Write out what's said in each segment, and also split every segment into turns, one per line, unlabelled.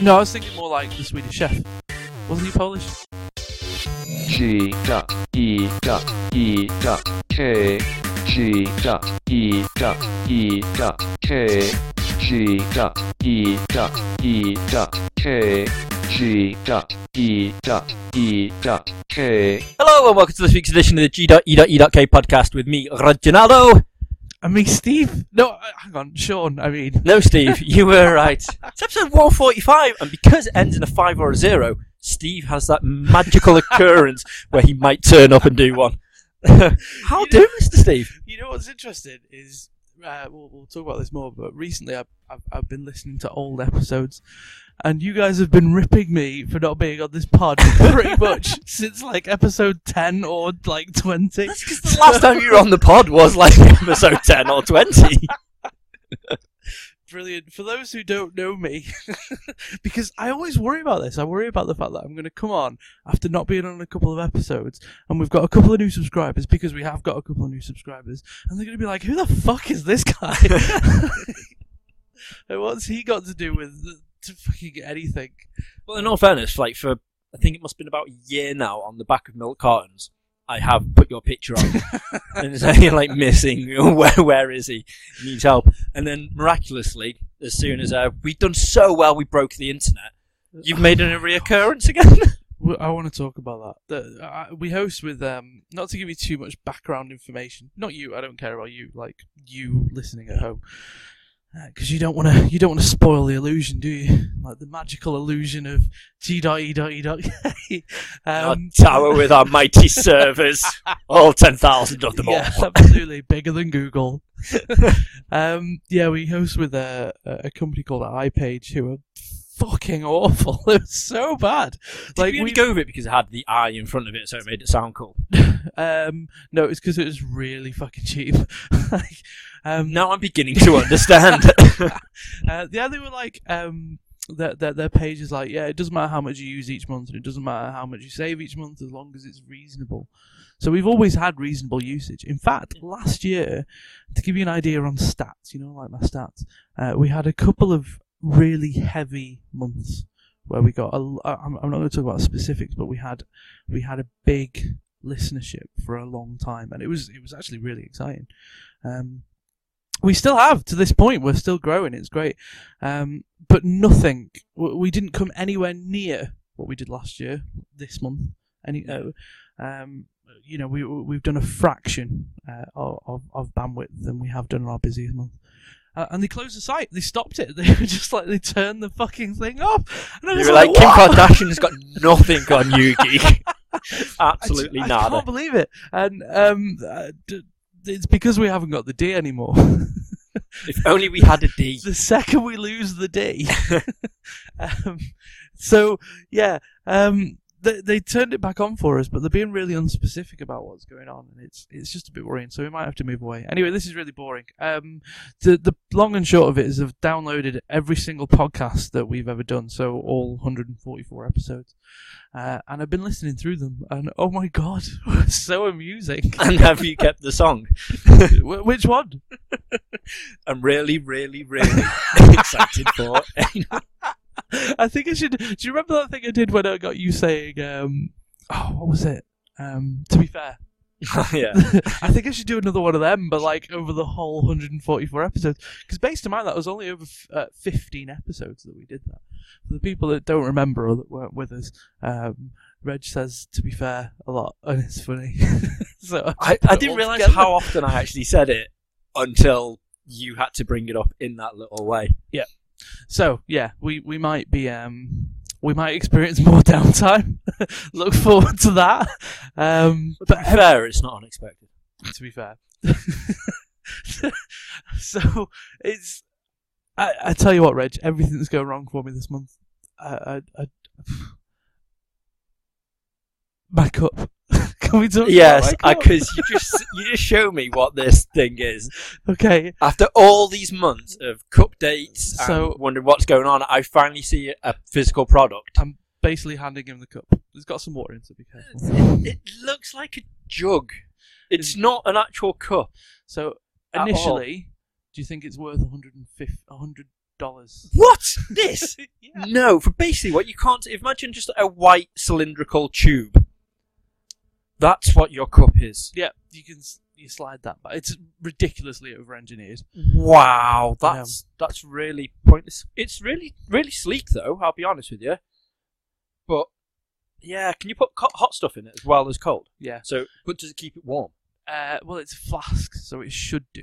No, I was thinking more like the Swedish chef. Wasn't he Polish?
G dot E dot E dot K G dot E dot E dot K G dot E dot E dot K G dot E dot E dot K
Hello and welcome to this week's edition of the E G.E.E.K podcast with me, Reginaldo.
I mean, Steve. No, uh, hang on, Sean. I mean,
No, Steve, you were right. It's episode 145, and because it ends in a 5 or a 0, Steve has that magical occurrence where he might turn up and do one. How do, Mr. Steve?
you know what's interesting is uh, we'll, we'll talk about this more. But recently, I've, I've I've been listening to old episodes, and you guys have been ripping me for not being on this pod pretty much since like episode ten or like twenty.
That's because the last time you were on the pod was like episode 10 or 20.
Brilliant. For those who don't know me, because I always worry about this, I worry about the fact that I'm going to come on after not being on a couple of episodes, and we've got a couple of new subscribers because we have got a couple of new subscribers, and they're going to be like, who the fuck is this guy? and what's he got to do with uh, to fucking anything?
Well, in all fairness, like for I think it must have been about a year now on the back of milk cartons, I have put your picture on, and so you're like missing. Where where is he? Needs help. And then miraculously, as soon as uh, we've done so well, we broke the internet. You've made a reoccurrence again.
W- I want to talk about that. The, I we host with um, not to give you too much background information. Not you. I don't care about you. Like you listening at home, because you don't want to. You don't want to spoil the illusion, do you? Like the magical illusion of T dot E dot E Um, dot. K.
our tower with our mighty servers, all ten thousand of them
yeah,
all.
absolutely bigger than Google. um, yeah, we host with a a company called iPage who are fucking awful. They're so bad.
Like we, only go with it because it had the I in front of it, so it made it sound cool.
Um, no, it's because it was really fucking cheap. like, um,
Now I'm beginning to understand.
uh, yeah, they were like, um, their, their their page is like, yeah, it doesn't matter how much you use each month, and it doesn't matter how much you save each month, as long as it's reasonable. So we've always had reasonable usage. In fact, last year, to give you an idea on stats, you know, like my stats, uh, we had a couple of really heavy months where we got. A, l- uh, I'm, I'm not going to talk about specifics, but we had we had a big listenership for a long time, and it was it was actually really exciting. Um, we still have to this point. We're still growing. It's great, um, but nothing. w- We didn't come anywhere near what we did last year. This month, any, uh, um, you know, we we've done a fraction uh, of of- of bandwidth than we have done in our busiest month. Uh, and they closed the site. They stopped it. They were just like they turned the fucking thing off. And I
You
was
were like, Kim
"What?"
Kardashian's got nothing on you, geek. Absolutely
I, ju- I
nada.
can't believe it. And um, uh, d- it's because we haven't got the D anymore.
If only we had a D.
the second we lose the D, um, so yeah, um, they, they turned it back on for us, but they're being really unspecific about what's going on, and it's it's just a bit worrying. So we might have to move away. Anyway, this is really boring. Um, the the long and short of it is I've downloaded every single podcast that we've ever done, so all 144 episodes, uh, and I've been listening through them, and oh my god, so amusing.
And have you kept the song?
Wh- Which one?
I'm really, really, really excited for it.
I think I should. Do you remember that thing I did when I got you saying, um, "Oh, what was it?" Um, to be fair,
yeah.
I think I should do another one of them, but like over the whole 144 episodes, because based on mine, that was only over f- uh, 15 episodes that we did that. For the people that don't remember or that weren't with us, um, Reg says "to be fair" a lot, and it's funny. so
I, I didn't realise how often I actually said it until you had to bring it up in that little way.
So yeah, we we might be um. We might experience more downtime. Look forward to that. Um,
But to be fair, it's not unexpected.
to be fair. so it's. I, I tell you what, Reg, everything's going wrong for me this month. I, I, I my cup. Can we talk?
Yes,
about my cup?
because you just you just show me what this thing is.
Okay,
After all these months of cup dates and
So-
wondering what's going on, I finally see a physical product.
basically handing him the cup. It's got some water in, so be careful.
It, it looks like a jug. It's not an actual cup.
So
At all.
initially, do you think it's worth 150, 100 dollars.
What? This?
Yeah.
No, for basically what you can't imagine just a white cylindrical tube. That's what your cup is.
Yeah, you can s- you slide that, but it's ridiculously over-engineered.
Wow, that's that's really pointless. It's really really sleek though. I'll be honest with you. But yeah, can you put co- hot stuff in it as well as cold?
Yeah.
So, but does it keep it warm?
Uh, well, it's a flask, so it should do.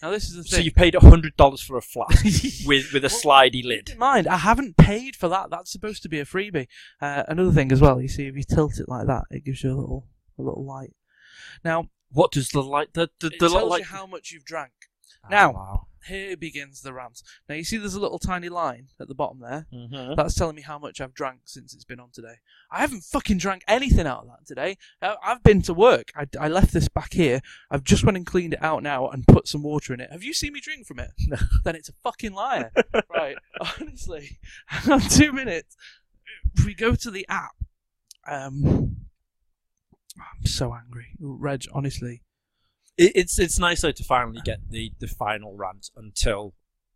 Now this is the
So
thing.
you paid hundred dollars for a flask with with a slidey
Keep
lid.
in mind, I haven't paid for that. That's supposed to be a freebie. Uh, another thing as well, you see, if you tilt it like that, it gives you a little a little light. Now
What does the light the the,
it
the
tells
light
you how much you've drank.
Ah,
now.
wow.
Here begins the rant. Now you see, there's a little tiny line at the bottom there.
Mhm.
That's telling me how much I've drank since it's been on today. I haven't fucking drank anything out of that today. I- I've been to work. I, I left this back here. I've just went and cleaned it out now and put some water in it. Have you seen me drink from it?
No.
Then it's a fucking liar. right. Honestly, hang on two minutes. We go to the app. Um, I'm so angry, Reg. Honestly,
It, it's it's nice though to finally get the the final rant until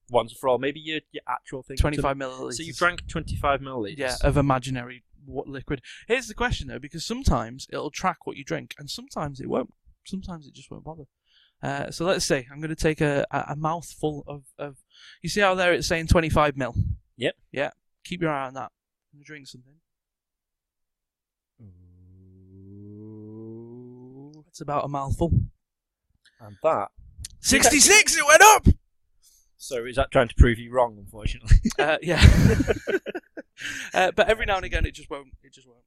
once and for all. Maybe your your actual thing.
twenty-five milliliters.
So you drank 25 milliliters.
yeah, of imaginary what liquid. Here's the question though, because sometimes it'll track what you drink, and sometimes it won't. Sometimes it just won't bother. Uh, so let's say I'm going to take a, a a mouthful of, of. You see how there it's saying 25 mil.
Yep.
Yeah. Keep your eye on that. I'm going to drink something. It's about a mouthful.
And that.
66. It went up.
So is that trying to prove you wrong? Unfortunately.
Uh, yeah. uh, but every now and again, it just won't. It just won't.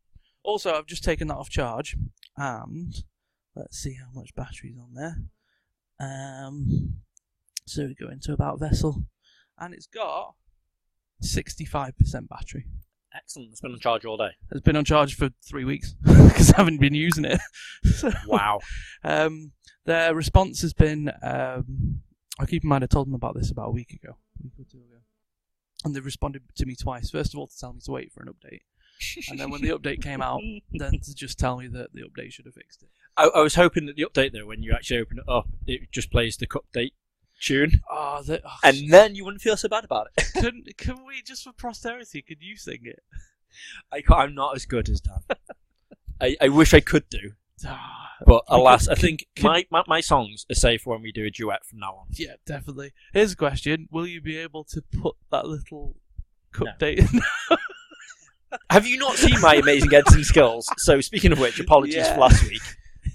Also, I've just taken that off charge, and let's see how much battery's on there. Um, so we go into about vessel, and it's got sixty-five percent battery.
Excellent. It's been on charge all day.
It's been on charge for three weeks because I haven't been using it. so,
Wow.
um, their response has been, um, I keep in mind I told them about this about a week ago, a week or two ago, and they responded to me twice. First of all, to tell me to wait for an update, and then when the update came out, then to just tell me that the update should have fixed it.
I, I was hoping that the update though, when you actually open it up, it just plays the cup date tune,
Oh, the, oh
and then you wouldn't feel so bad about it.
can can we just for posterity? Could you sing it?
I can't, I'm not as good as Dan. I, I wish I could do,
Ah,
but alas, I think
could-
my, my, my songs are safe when we do a duet from now on.
yeah, definitely. Here's a question: Will you be able to put that little cup
No.
date?
Have you not seen my amazing editing skills? So speaking of which, apologies
Yeah.
for last week.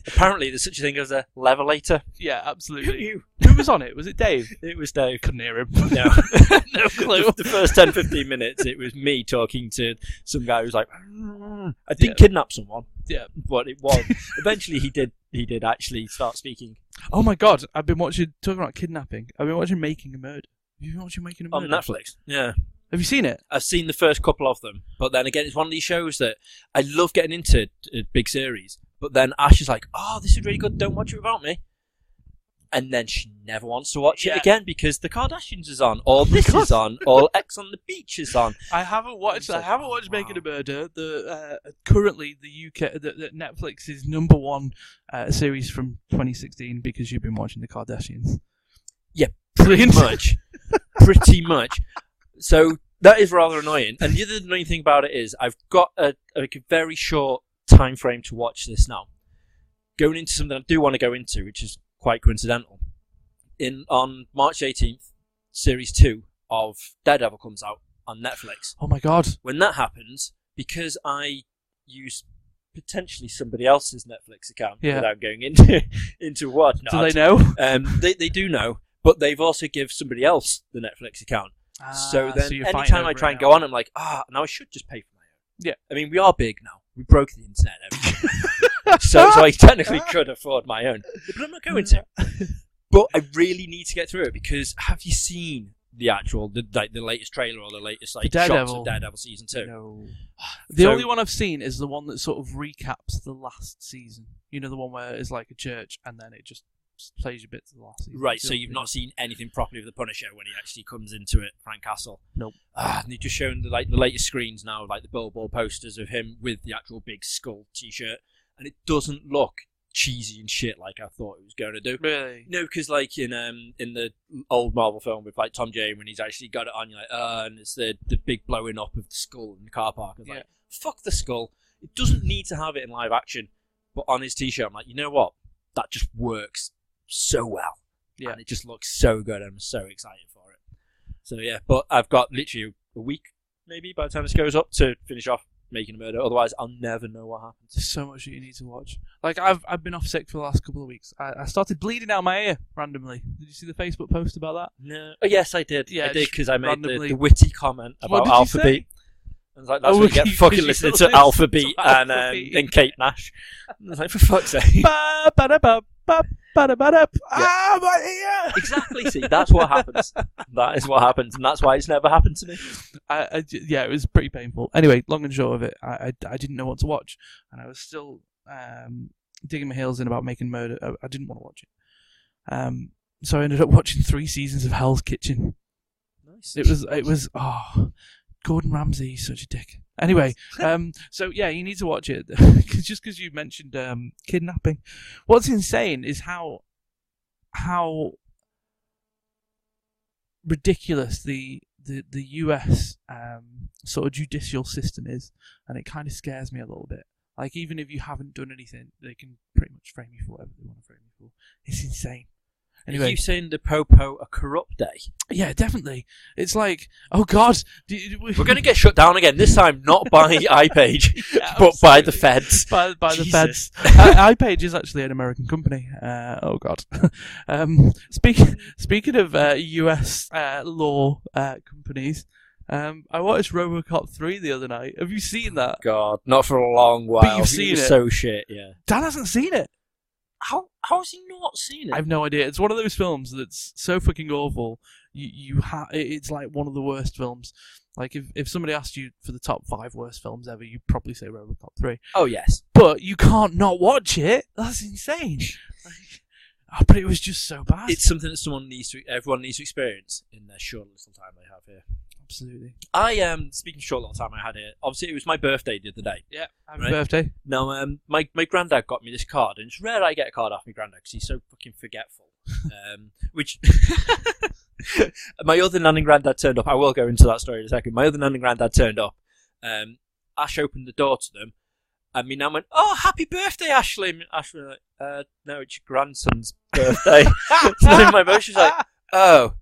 Apparently, there's such a thing as a levelator.
yeah,
Who
absolutely.
knew?
Who was on it? Was it Dave?
It was Dave.
Couldn't hear him.
No,
no clue.
The, the first 10, 15 minutes, it was me talking to some guy who's like, "Mm." I did
Yeah.
kidnap someone.
Yeah.
but it was. Eventually, he did. He did actually start speaking.
Oh my god, I've been watching talking about kidnapping. I've been watching Making a Murder. Have you been watching Making a
On
Murder?
Netflix, yeah,
Have you seen it?
I've seen the first couple of them, but then again, it's one of these shows that I love getting into uh, big series. But then Ash is like, "Oh, this is really good. Don't watch it without me." And then she never wants to watch
Yeah.
it again because the Kardashians is on, or this is on, or X on the Beach is on.
I haven't watched
It's
I
like, oh,
haven't watched
wow.
Making a Murder. The uh, currently the UK the, the Netflix's number one uh, series from 2016 because you've been watching the Kardashians.
Yeah,
brilliant.
pretty much. pretty much. So that is rather annoying. And the other annoying thing about it is I've got a, like a very short time frame to watch this now. Going into something I do want to go into, which is quite coincidental. In on March 18th, series two of Daredevil comes out on Netflix.
Oh my god.
When that happens, because I use potentially somebody else's Netflix account
Yeah.
without going into into what
Do they know?
um, they, they do know, but they've also give somebody else the Netflix account.
Ah,
so then, anytime I try and go on, I'm like, ah, now I should just pay for my own.
Yeah.
I mean, we are big now. We broke the internet. haven't we? so, so I technically could afford my own, but I'm not going to. But I really need to get through it because have you seen the actual, the, like the latest trailer or the latest like shots
Daredevil.
of Daredevil season two?
No. The
So-
only one I've seen is the one that sort of recaps the last season. You know, the one where it's like a church and then it just plays you bit to the last season.
Right, so
Still
you've
the-
not seen anything properly of the Punisher when he actually comes into it, Frank Castle.
Nope.
Ah, and they've just shown the like the latest screens now, like the billboard posters of him with the actual big skull T-shirt, and it doesn't look cheesy and shit like I thought it was going to do.
Really?
No, because like in um in the old Marvel film with like Tom Jane when he's actually got it on, you're like, uh, and it's the the big blowing up of the skull in the car park. It's
Yeah.
like, fuck the skull. It doesn't need to have it in live action, but on his t-shirt, I'm like, you know what? That just works so well.
Yeah.
and it just looks so good. I'm so excited for it. So yeah, but I've got literally a week maybe by the time this goes up to finish off making a murder. Otherwise, I'll never know what happened.
There's so much that you need to watch. Like I've I've been off sick for the last couple of weeks. I, I started bleeding out my ear randomly. Did you see the Facebook post about that?
No. Oh, yes, I did.
Yeah,
I did
just
because I made the,
randomly-
the witty comment
What
about
did you
Alpha
say?
Beat. I was like, that's
Oh,
oh, what you
okay,
get fucking
'cause you
listening
still
to Alpha
listen to
Beat
Alpha
and, um,
Beat.
and Kate Nash. I was like, for fuck's sake.
ba ba da ba ba ba da ba da. Ah, my ear.
exactly. See, that's what happens. That is what happens, and that's why it's never happened to me.
I, I j- yeah, it was pretty painful. Anyway, long and short of it, I, I, I didn't know what to watch, and I was still um, digging my heels in about making murder. I, I didn't want to watch it, um, so I ended up watching three seasons of Hell's Kitchen.
Nice.
It was it was oh, Gordon Ramsay, he's such a dick. Anyway, um, so yeah, you need to watch it 'Cause- just because you mentioned um, kidnapping. What's insane is how how ridiculous the the the U.S. Um, sort of judicial system is, and it kind of scares me a little bit. Like even if you haven't done anything, they can pretty much frame you for whatever they want to frame you for. It's insane.
Are
Anyway,
you saying the Popo a corrupt day?
yeah, definitely. It's like, oh God, do, do we-
We're going to get shut down again. This time, not by iPage,
Yeah,
but by the
absolutely.
feds.
by, by the feds.
Jesus.
I- iPage is actually an American company. Uh, oh God. um, speaking speaking of uh, US uh, law uh, companies, um, I watched RoboCop three the other night. Have you seen that?
God, not for a long while.
you've
It
seen
was
it.
So shit. Yeah.
Dan hasn't seen it.
How how has he not seen it?
I've no idea. It's one of those films that's so fucking awful. You you ha- it- it's like one of the worst films. Like if, if somebody asked you for the top five worst films ever, you'd probably say RoboCop three.
oh yes.
but you can't not watch it. That's insane. Like, oh, but it was just so bad.
it's something that someone needs to everyone needs to experience in their short little time they have here.
absolutely.
I um speaking of short little time I had here. Obviously, it was my birthday the other day.
Yeah. Happy
Right.
birthday.
Now, um, my my granddad got me this card, and it's rare I get a card off my granddad because he's so fucking forgetful. um, which my other nan and granddad turned up. I will go into that story in a second. My other nan and granddad turned up. Um, Ash opened the door to them, and me nan went, "Oh, happy birthday, Ashley!" And Ash was like, uh, "No, it's your grandson's birthday." so then my mum, she's like, "Oh."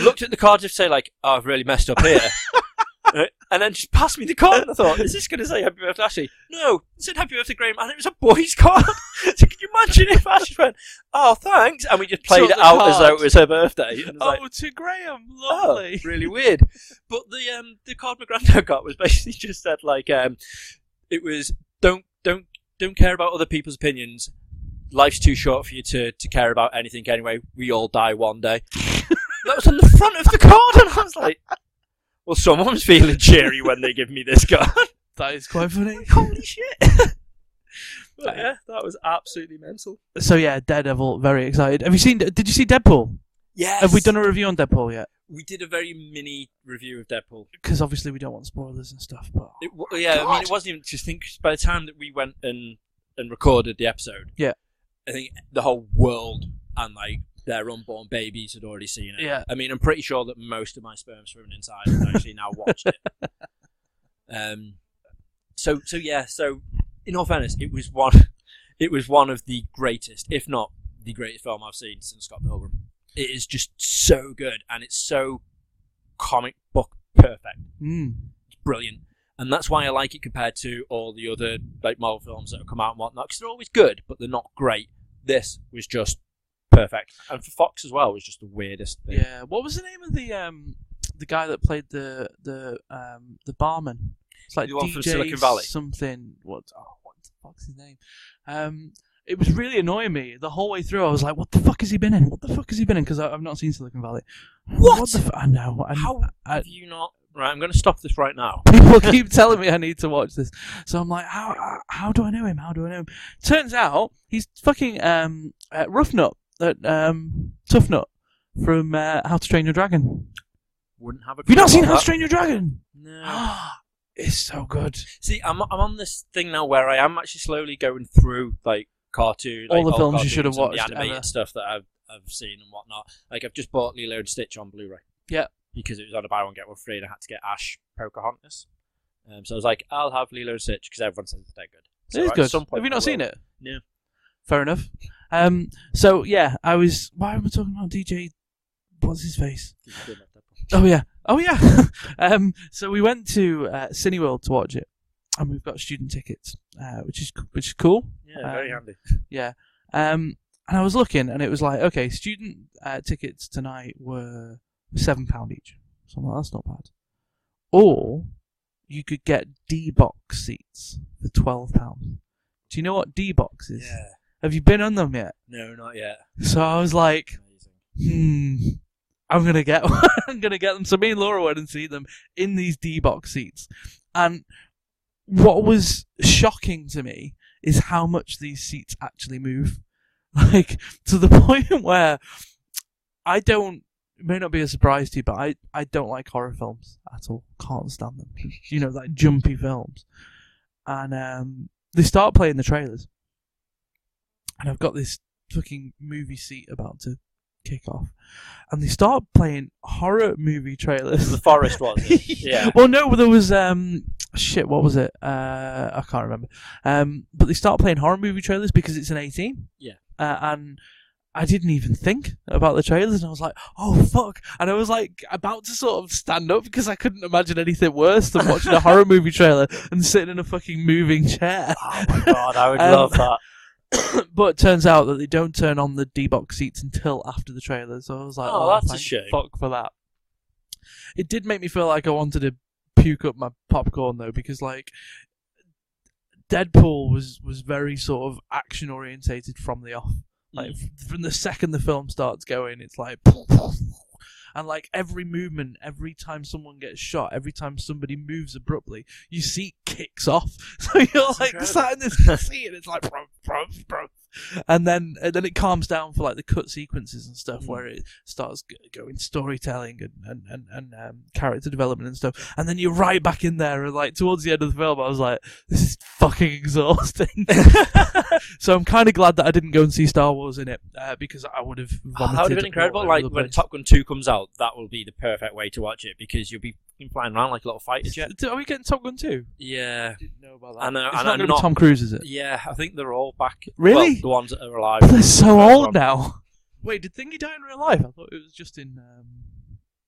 Looked at the card to say like, "Oh, I've really messed up here." Right? And then just passed me the card, and I thought, "Is this going to say happy birthday, Ashley?" No, it said happy birthday, Graham, and it was a boy's card. so can you imagine if Ash just went, "Oh, thanks," and we just played
Took
it
the
out as though
card.
it was her birthday? And it was
oh,
like,
to Graham,
Oh,
lovely.
really weird. But the um the card my granddad got was basically just said like um it was don't don't don't care about other people's opinions. Life's too short for you to, to care about anything anyway. We all die one day. that was on the front of the card, and I was like, "Well, someone's feeling cheery when they give me this card."
That is quite funny.
Holy shit! but yeah, that was absolutely mental.
So yeah, Daredevil. Very excited. Have you seen? Did you see Deadpool?
Yeah.
Have we done a review on Deadpool yet?
We did a very mini review of Deadpool.
Because obviously we don't want spoilers and stuff. But
It, wa- yeah, I mean, it wasn't even. Just think, by the time that we went and and recorded the episode,
Yeah.
I think the whole world and like their unborn babies had already seen it.
Yeah.
I mean, I'm pretty sure that most of my sperm swimming inside have actually now watched it. Um, so so yeah, so in all fairness, it was one, it was one of the greatest, if not the greatest film I've seen since Scott Pilgrim. It is just so good, and it's so comic book perfect
mm,
brilliant. And that's why I like it compared to all the other like Marvel films that have come out and whatnot, because they're always good, but they're not great. This was just perfect, and for Fox as well was just the weirdest thing.
yeah. What was the name of the um the guy that played the the um the barman? It's like
The one
DJ
from Silicon Valley.
something. What? Oh, what the fuck's his name? Um, it was really annoying me the whole way through. I was like, "What the fuck has he been in? What the fuck has he been in?" Because I've not seen Silicon Valley.
What?
the f- I know. I,
How
I-
have you not? Right, I'm going to stop this right now.
people keep telling me I need to watch this, so I'm like, "How? how- How do I know him? How do I know him?" Turns out he's fucking um uh, rough nut, uh, um tough nut from uh, How to Train Your Dragon.
Wouldn't have a.
Have you not seen How
clue
to Train Your Dragon?
about that. No.
Ah, it's so good.
See, I'm I'm on this thing now where I am actually slowly going through like cartoon,
All
like,
the
old
films you should have
cartoons and
watched
the animated
ever.
stuff that I've, I've seen and whatnot. Like I've just bought Lilo and Stitch on Blu-ray.
Yeah.
because it was on a buy one get one free, and I had to get Ash Pocahontas. Um, so I was like, I'll have Lilo and Stitch because everyone says they're good. So
it is
at
good.
some point
Have you
I will.
not seen it?
No.
Fair enough. Um, so yeah, I was. Why am I talking about DJ? What's his face? Oh yeah. Oh yeah. um, so we went to uh, Cineworld to watch it, and we've got student tickets, uh, which is which is cool.
Yeah, very
Um,
handy.
Yeah. Um, and I was looking, and it was like, okay, student uh, tickets tonight were seven pound each. So I'm like, that's not bad. Or you could get D box seats for twelve pounds. Do you know what D box is?
Yeah.
Have you been on them yet?
No, not yet.
So I was like,
Amazing.
hmm, I'm gonna get I'm gonna get them. So me and Laura went and see them in these D box seats. And what was shocking to me is how much these seats actually move. Like to the point where I don't it may not be a surprise to you, but I, I don't like horror films at all. Can't stand them. you know, like jumpy films. And um, they start playing the trailers. And I've got this fucking movie seat about to kick off. And they start playing horror movie trailers.
The forest was. It? Yeah.
Well, no, there was um shit. What was it? Uh, I can't remember. Um, but they start playing horror movie trailers because it's an eighteen.
Yeah.
Uh, and I didn't even think about the trailers, and I was like, "Oh fuck!" And I was like about to sort of stand up because I couldn't imagine anything worse than watching a horror movie trailer and sitting in a fucking moving chair.
Oh my god, I would
Um,
love that.
but it turns out that they don't turn on the D box seats until after the trailer, so I was like,
Oh,
"Oh,
that's a
thank
shame."
Fuck for that." It did make me feel like I wanted to puke up my popcorn though, because like Deadpool was was very sort of action orientated from the off. Like
Mm.
f- from the second the film starts going, it's like. And like every movement, every time someone gets shot, every time somebody moves abruptly, your seat kicks off. So you're like
incredible.
sat in this seat, and it's like, brum, brum, brum. and then and then it calms down for like the cut sequences and stuff,
Mm.
where it starts g- going storytelling and and and, and um, character development and stuff. And then you're right back in there, and like towards the end of the film, I was like, this is fucking exhausting. so I'm kind of glad that I didn't go and see Star Wars in it uh, because I would have
Oh,
vomited.
that would have been
all
incredible.
over
Like
the
when
place.
Top Gun Two comes out, that will be the perfect way to watch it because you'll be fucking flying around like a little fighter jet.
Is- Are we getting Top Gun too?
Yeah,
Didn't know about
that. I know,
it's
and
not
I'm
gonna
not-
be Tom Cruise, is it?
yeah. I think they're all back.
Really?
well, the ones that are alive.
They're so
Well,
old
um,
now. Wait, did Thingy die in real life? I thought it was just in um,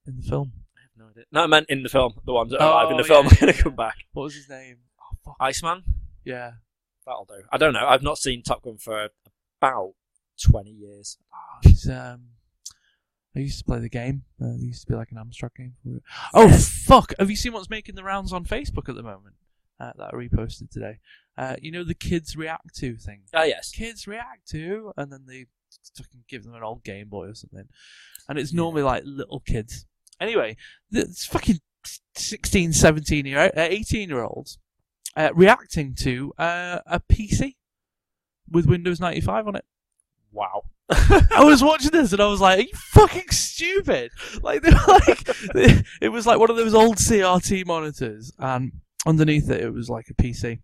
in the film.
No, I didn't. No, I meant in the film. The ones that are
Oh,
alive in the
yeah,
film are
yeah,
going to
yeah.
come back.
What was his name? Oh fuck.
Iceman.
Yeah.
That'll do. I don't know. I've not seen Top Gun for about twenty years.
Oh, he's, um, I used to play the game. Uh, there used to be like an Amstrad game for it. Oh fuck! Have you seen what's making the rounds on Facebook at the moment? Uh, that I reposted today. Uh, you know the kids react to thing.
Ah, yes.
kids react to, and then they fucking give them an old Game Boy or something. And it's normally like little kids. Anyway, th- it's fucking 16, 17 year, uh, 18 year olds uh, reacting to uh, a PC with Windows 95 on it.
Wow.
I was watching this and I was like, "Are you fucking stupid?" Like they were like, they- it was like one of those old CRT monitors, and underneath it, it was like a PC.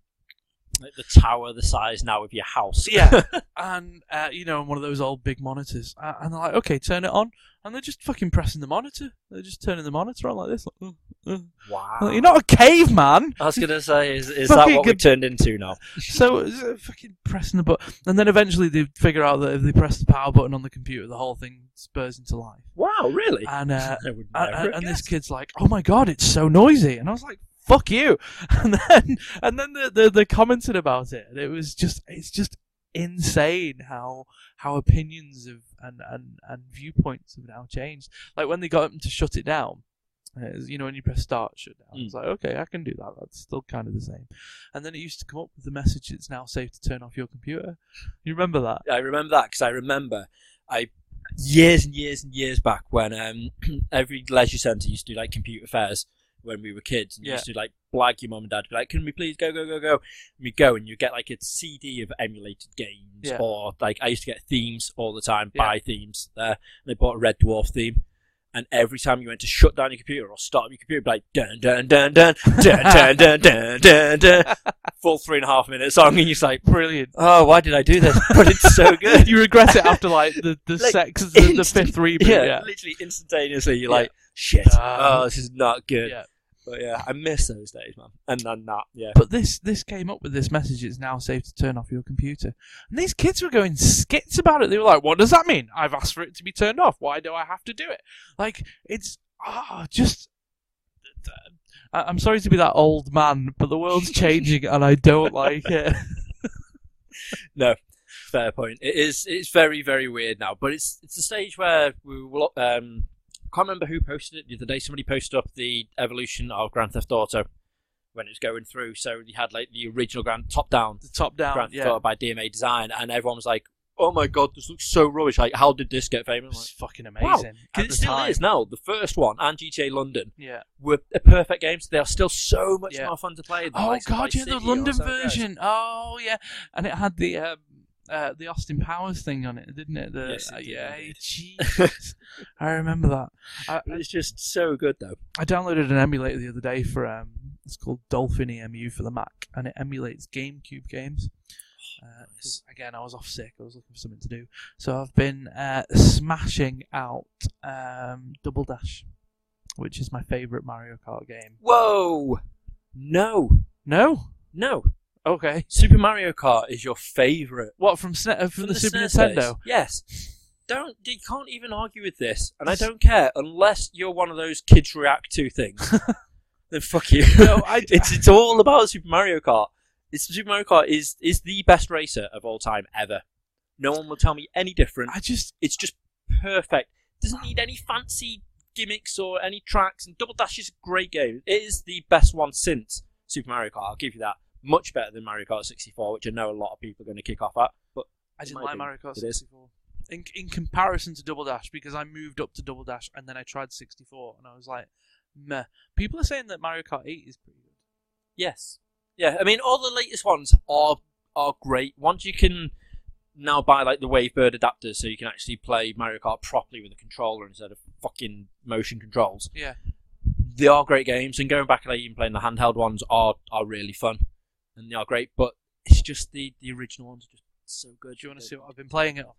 Like the tower, the size now of your house.
Yeah. and uh, you know, on one of those old big monitors, uh, and they're like, "Okay, turn it on," and they're just fucking pressing the monitor. They're just turning the monitor on like this. Like, "Uh, uh."
wow.
Like, You're not a caveman,
I was gonna say, is, is that
Fucking
what we
good-
turned into now?
so it's, uh, fucking pressing the button. And then eventually they figure out that if they press the power button on the computer, the whole thing spurs into life.
Wow, really?
And uh,
I would
and,
never
and, and
have
this
guessed.
kid's like, "Oh my god, it's so noisy," and I was like, "Fuck you!" And then and then the the, the commented about it, and it was just it's just insane how how opinions of and and and viewpoints have now changed. Like when they got him to shut it down. uh, You know, when you press start shut down,
Mm.
it's like, okay, I can do that. That's still kind of the same. And then it used to come up with the message, it's now safe to turn off your computer. You remember that?
I remember that because I remember I years and years and years back when um, every leisure centre used to do like computer fairs when we were kids. And you
Yeah.
used to like blag your mum and dad, be like, "Can we please go, go, go, go?" And we go, and you get like a CD of emulated games,
Yeah.
or like I used to get themes all the time,
Yeah.
buy themes there. And they bought a Red Dwarf theme. And every time you went to shut down your computer or start up your computer, it'd be like dun dun dun dun dun dun dun dun dun dun, full three and a half minute song, and you're just like,
Brilliant.
oh, why did I do this? But it's so good.
you regret it after like the the
Like,
sex the, the
instant-
fifth reboot.
yeah,
Yeah.
literally instantaneously, you're
Yeah.
like, shit,
Ah.
oh, this is not good.
Yeah.
But yeah, I miss those days, man. And then that, yeah.
But this this came up with this message. It's now safe to turn off your computer. And these kids were going skits about it. They were like, "What does that mean? I've asked for it to be turned off. Why do I have to do it? Like it's ah just." I- I'm sorry to be that old man, but the world's changing and I don't like it.
Fair point. It is. It's very, very weird now. But it's it's the stage where we will. Um, can't remember who posted it the other day. Somebody posted up the evolution of Grand Theft Auto when it was going through. So you had like the original Grand Top Down
The top down,
Grand Theft
yeah.
Auto by DMA Design, and everyone was like, "Oh my god, this looks so rubbish! Like, how did this get famous?" I'm
It's
Like,
fucking amazing.
Wow,
At
'Cause it
the
still
time.
is now. The first one and GTA London
Yeah.
were a perfect games. They are still so much
Yeah.
more fun to play. Than
Oh
like,
god,
Vice
yeah, the
City or
London
San Andreas.
version. Oh yeah, and it had the um, uh, the Austin Powers thing on it, didn't it? The,
Yes, it
uh,
did
yeah,
indeed.
jeez. I remember that. I,
It's just so good though.
I downloaded an emulator the other day for um, it's called Dolphin EMU for the Mac, and it emulates GameCube games. Uh, 'cause, Again, I was off sick. I was looking for something to do, so I've been uh, smashing out um, Double Dash, which is my favourite Mario Kart game.
Whoa! No,
No,
no.
okay.
Super Mario Kart is your favourite
What from Sne- uh, from, the, Super
SNES
Nintendo?
days. Yes. Don't you can't even argue with this, and I don't care unless you're one of those kids react to things. then fuck you.
No, I-
it's it's all about Super Mario Kart. It's Super Mario Kart is is the best racer of all time ever. No one will tell me any different.
I just
It's just perfect. Doesn't need any fancy gimmicks or any tracks. And Double Dash is a great game. It is the best one since Super Mario Kart. I'll give you that. Much better than Mario Kart 64, which I know a lot of people are going to kick off at. But
I didn't
might
like
be.
Mario Kart
It is.
64. In in comparison to Double Dash, because I moved up to Double Dash and then I tried 64 and I was like, meh. People are saying that Mario Kart 8 is pretty good.
yes, yeah. I mean, all the latest ones are are great. Once you can now buy like the Wavebird adapters, so you can actually play Mario Kart properly with a controller instead of fucking motion controls.
Yeah.
they are great games, and going back and like, even playing the handheld ones are are really fun, and they are great. But it's just the the original ones are just so good.
Do you want to see what I've been playing it on?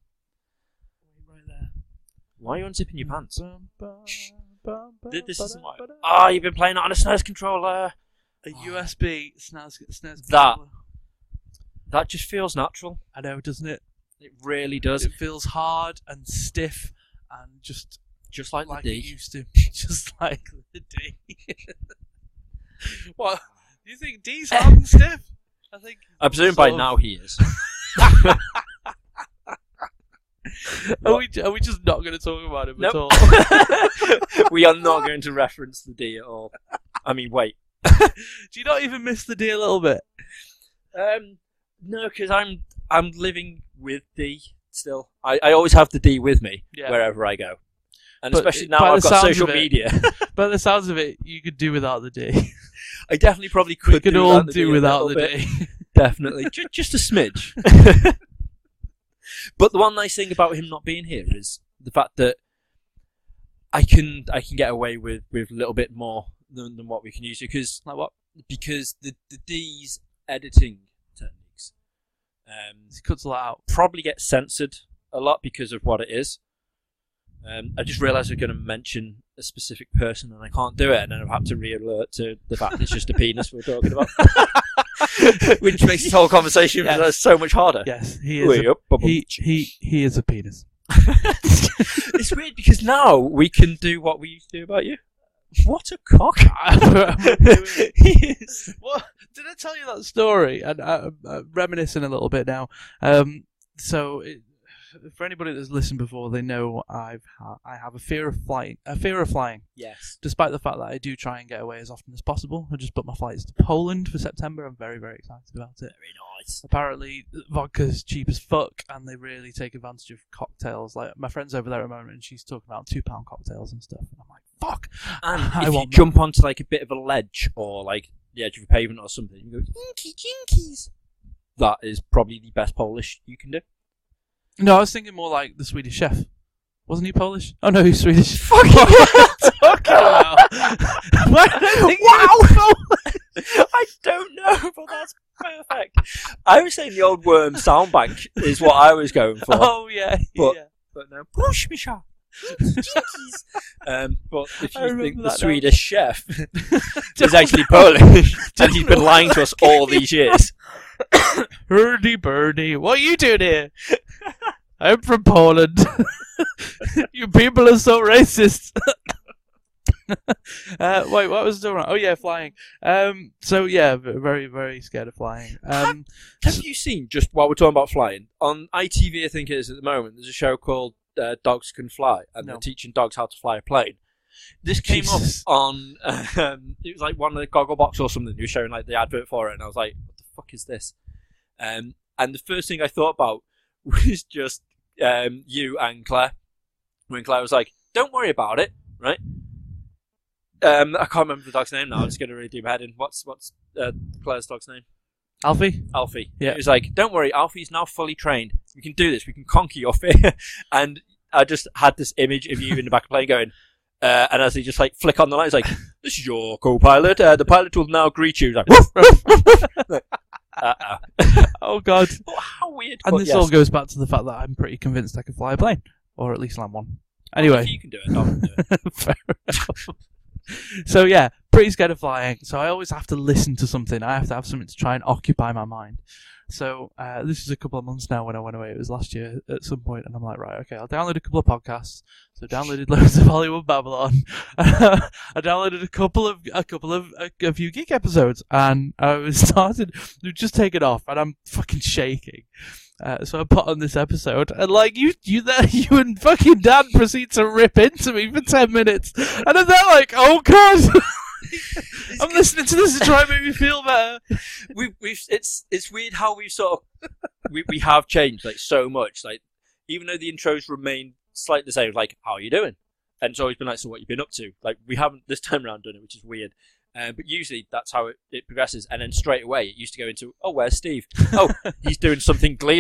Right there.
Why are you unzipping your pants?
Bum, bum, bum, bum,
Th- This
ba-da,
isn't why.
ba-da.
Ah, you've been playing it on a SNES controller.
A
Ah,
USB SNES, SNES
That.
controller.
That just feels natural.
I know, doesn't it?
It really does.
It feels hard and stiff and just
Just like,
like
the
it
D.
used to. Just like the D. what? Do you think D's hard and stiff? I think.
I presume by
Sort of.
now he is.
Are we, are we just not going to talk about him
Nope.
at all?
we are not going to reference the D at all. I mean, wait.
Do you not even miss the D a little bit?
Um, no, because I'm I'm living with D still. I, I always have the D with me
Yeah.
wherever I go, and
But
especially
it-
now
by the
I've got
sounds of
social
it-
media.
By the sounds of it, you could do without the D.
I definitely probably
We
could,
could
do
all
without the D
do
a
without the
little bit.
D.
Definitely, just, just a smidge. but the one nice thing about him not being here is the fact that I can I can get away with with a little bit more than, than what we can usually because
like what?
because the the D's editing techniques um,
He cuts a lot out.
probably get censored a lot because of what it is. Um, I just realised we're going to mention a specific person and I can't do it, and then I've had to re-alert to the fact it's just a penis we're talking about, which makes this whole conversation
Yes.
so much harder.
Yes, he is.
Wait,
A,
up, up, up.
he, he, he is a penis.
It's weird because now we can do what we used to do about you. What a cock! He is.
What did I tell you that story? And uh, uh, reminiscing a little bit now. Um, so, it, for anybody that's listened before, they know I've ha- I have a fear of flying. A fear of flying,
Yes.
despite the fact that I do try and get away as often as possible. I just booked my flights to Poland for September. I'm very very excited about it.
Very nice.
Apparently, vodka's cheap as fuck, and they really take advantage of cocktails. Like my friend's over there at the moment, and she's talking about two pound cocktails and stuff. And I'm like, fuck.
And
I
if you
want that.
jump onto like a bit of a ledge or like the edge of a pavement or something, you go jinky jinkies. That is probably the best Polish you can do.
No, I was thinking more like the Swedish chef. Wasn't he Polish? Oh no, he's Swedish. Fucking talking about? Why did I think he was Polish?
I don't know, but that's perfect. I was saying the old worm soundbank is what I was going for,
Oh yeah,
But-
yeah.
but no. Push me, shot. Jinkies. um, but if
I
you
remember
think the
that now.
Swedish chef is actually Polish, and he's been lying to us all these years.
Hurdy Burdy, what you doing here? I'm from Poland. you people are so racist. uh, wait, what was the wrong? Oh yeah, flying. Um, so yeah, v- very very scared of flying. Um,
Have you seen just while we're talking about flying on ITV? I think it is at the moment. There's a show called uh, Dogs Can Fly, and
No.
they're teaching dogs how to fly a plane. This came
Jesus.
up on um, it was like one of the Gogglebox or something. You were showing like the advert for it, and I was like, "What the fuck is this?" Um, and the first thing I thought about was just um, you and Claire. When Claire was like, "Don't worry about it," right? Um, I can't remember the dog's name now. I'm just going to really do my head in. What's what's uh, Claire's dog's name?
Alfie,
Alfie.
Yeah.
He was like, don't worry, Alfie's now fully trained. We can do this. We can conquer your fear. and I just had this image of you in the back of the plane going, uh, and as they just like flick on the light, it's like, this is your co-pilot. Uh, the pilot will now greet you. He's Like, "Woof, woof, woof." Like, uh-uh.
oh god.
But how weird.
And
but
this
yes.
all goes back to the fact that I'm pretty convinced I can fly a plane, or at least land one. Anyway,
If you can do it, Dom can do it.
Fair enough. so yeah, pretty scared of flying. So I always have to listen to something. I have to have something to try and occupy my mind. So uh, this is a couple of months now when I went away. It was last year at some point, and I'm like, right, okay, I'll download a couple of podcasts. So I downloaded loads of Hollywood Babylon. I downloaded a couple of a couple of a, a few geek episodes, and I was started to just take it off, and I'm fucking shaking. Uh, so I put on this episode, and like you, you, there, you and fucking Dan proceed to rip into me for ten minutes, and then they're like, "Oh god, I'm listening to this to try and make me feel better."
we we've it's it's weird how we've sort of we we have changed like so much. Like even though the intros remain slightly the same, like how are you doing? And it's always been like, so what you been up to? Like we haven't this time around done it, which is weird. Uh, but usually that's how it, it progresses, and then straight away it used to go into, oh, where's Steve? Oh, he's doing something Glee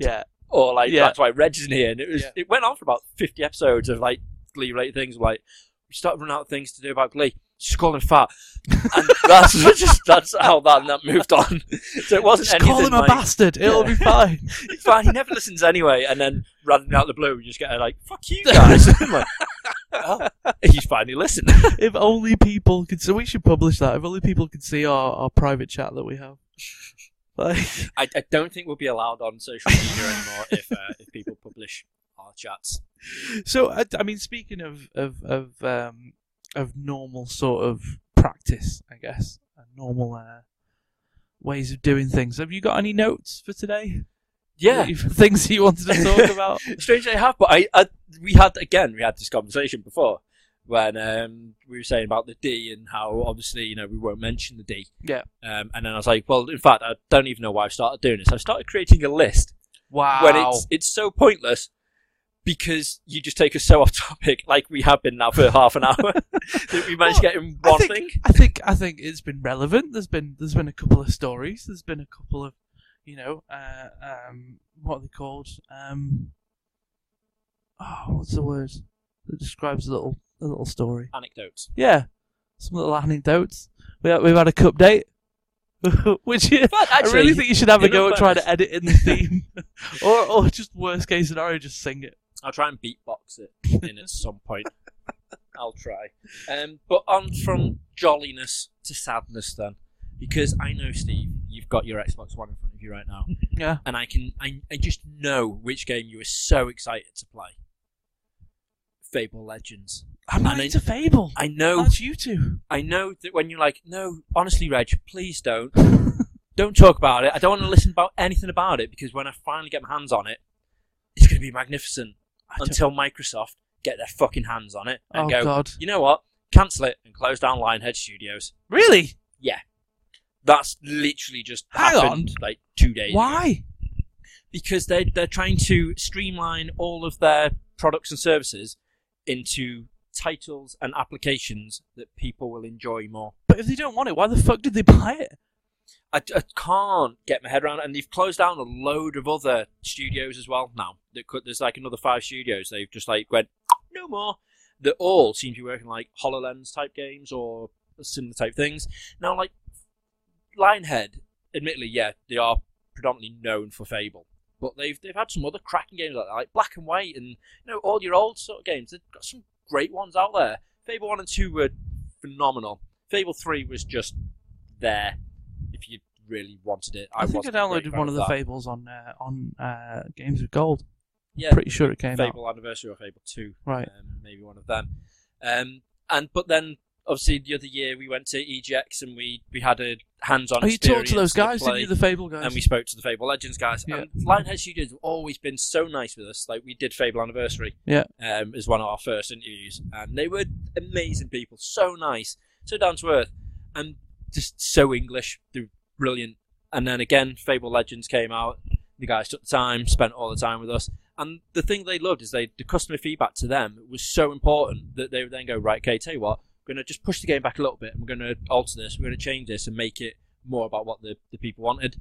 Yeah,
or like
Yeah.
that's why Reg is here. And it was
Yeah.
it went on for about fifty episodes of like Glee related things. Like we started running out of things to do about Glee. Just call him fat, and that's just that's how that, that moved on. So it wasn't
just
anything.
call him a
like,
bastard. It'll be fine.
It's fine. He never listens anyway. And then running out of the blue, you just get a, like fuck you guys. I'm like, oh, he's finally listened.
if only people could. So we should publish that. If only people could see our, our private chat that we have. Like,
I, I don't think we'll be allowed on social media anymore if uh, if people publish our chats.
so I, I mean, speaking of of of um, of normal sort of practice, I guess, and normal uh, ways of doing things. Have you got any notes for today?
Yeah,
things you wanted to talk about.
Strangely, I have, but I, I we had again we had this conversation before when um, we were saying about the D and how obviously you know we won't mention the D.
Yeah.
Um, and then I was like, well, in fact, I don't even know why I've started doing this. I've started creating a list
Wow.
when it's it's so pointless because you just take us so off topic, like we have been now for half an hour that we managed to get in
I
one
think,
thing.
I think I think it's been relevant. There's been there's been a couple of stories. There's been a couple of you know uh, um, what are they called? Um, oh, what's the word that describes a little a little story?
Anecdotes.
Yeah, some little anecdotes. We had, we've had a cup date, which is-
But
I really
actually,
think you should have a
in
go
all
at trying to
fairness-
edit in the theme, or or just worst case scenario, just sing it.
I'll try and beatbox it in at some point. I'll try. Um, but on from jolliness to sadness then, because I know Steve, you've got your Xbox One in front of you right now,
Yeah.
and I can I, I just know which game you were so excited to play. Fable Legends.
I'm not
And I-
into Fable.
I know
That's you two.
I know that when you're like, no, honestly, Reg, please don't, don't talk about it. I don't want to listen about anything about it because when I finally get my hands on it, it's going to be magnificent.
don't-
Until Microsoft get their fucking hands on it and
Oh
go,
God.
you know what? Cancel it and close down Lionhead Studios.
Really?
That's literally just
Hang
happened like two days. ago.
Why?
Because they they're trying to streamline all of their products and services into titles and applications that people will enjoy more.
But if they don't want it, why the fuck did they buy it?
I, I can't get my head around it. And they've closed down a load of other studios as well now. That could, there's like another five studios. They've just like went no more. That all seem to be working like Hololens type games or similar type things. Now, like Lionhead, admittedly, yeah, they are predominantly known for Fable, but they've they've had some other cracking games like that, like Black and White, and you know all your old sort of games. They've got some great ones out there. Fable one and two were phenomenal. Fable three was just there if you really wanted it.
I, think I
wasn't a great
downloaded
fan
one of the
that.
fables on uh, on uh, Games of Gold.
Yeah,
Pretty sure it came out.
Fable Anniversary or Fable Two,
Right.
um, maybe one of them. Um, and but then obviously the other year we went to EGX and we we had a hands-on.
Oh, you talked to
experience
those
and a
guys, didn't
play.
you? The Fable guys.
and we spoke to the Fable Legends guys.
Yeah.
And Lionhead Studios have always been so nice with us. Like we did Fable Anniversary,
Yeah.
um, as one of our first interviews, and they were amazing people, so nice, so down to earth, and just so English. They were brilliant. And then again, Fable Legends came out. The guys took the time, spent all the time with us. And the thing they loved is they the customer feedback to them was so important that they would then go, right, okay, tell you what, we're going to just push the game back a little bit and we're going to alter this, we're going to change this and make it more about what the, the people wanted.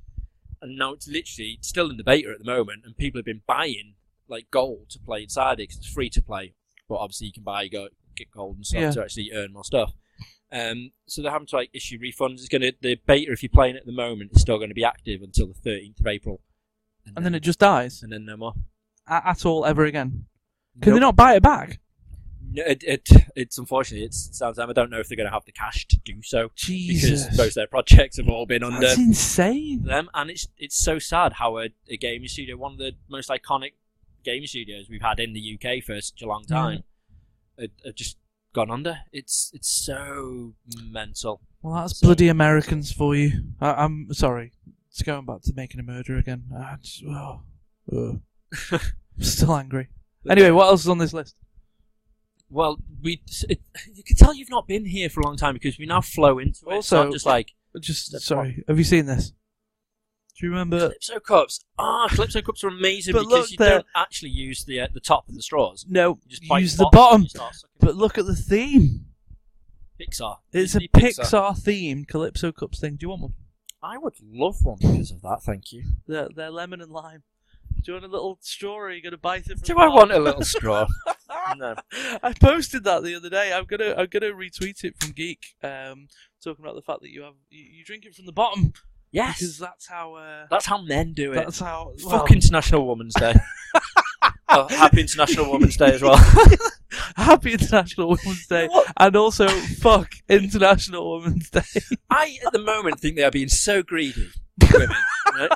And now it's literally it's still in the beta at the moment and people have been buying like gold to play inside it 'cause it's free to play, but obviously you can buy go, get gold and stuff
Yeah.
to actually earn more stuff. Um, so they're having to like issue refunds. It's going to the beta if you're playing it at the moment is still going to be active until the 13th of April,
and then it just dies
and then no more.
at, at all ever again. Can
Nope.
they not buy it back?
No, it, it it's unfortunately it's it sounds. I don't know if they're going to have the cash to do so
Jesus,
because most of their projects have all been under
that's insane.
them, and it's it's so sad how a, a gaming studio, one of the most iconic gaming studios we've had in the UK for such a
Mm.
long time, have- have just gone under. It's it's so mental.
Well, that's
So-
bloody Americans for you. I, I'm sorry. It's going back to making a murder again. I just, oh, ugh. I'm still angry. Anyway, what else is on this list?
Well, we it, you can tell you've not been here for a long time because we now flow into it. it's
Also-
not just like
Just
That's
sorry. Have you seen this? Do you remember?
Calypso cups. Ah, Calypso cups are amazing
But
because
look,
you
they're-
don't actually use the uh, the top and the straws.
No,
You just bite
use the
box and
bottom.
you start sucking.
But look at the theme.
Pixar.
It's a
Disney
Pixar themed Calypso Cups thing. Do you want one?
I would love one because of that. Thank you.
They're, they're lemon and lime. Do you want a little straw or are you going to bite it from
Do
the
I
bottom?
want a little straw? no.
I posted that the other day. I'm gonna I'm gonna retweet it from Geek, um, talking about the fact that you have you, you drink it from the bottom because
Yes.
that's how uh,
That's how men do it.
that's how well,
Fuck International Women's Day. oh, happy International Women's Day as well.
happy International Women's Day
What?
and also fuck International Women's Day.
I, at the moment, think they are being so greedy. Women. Right?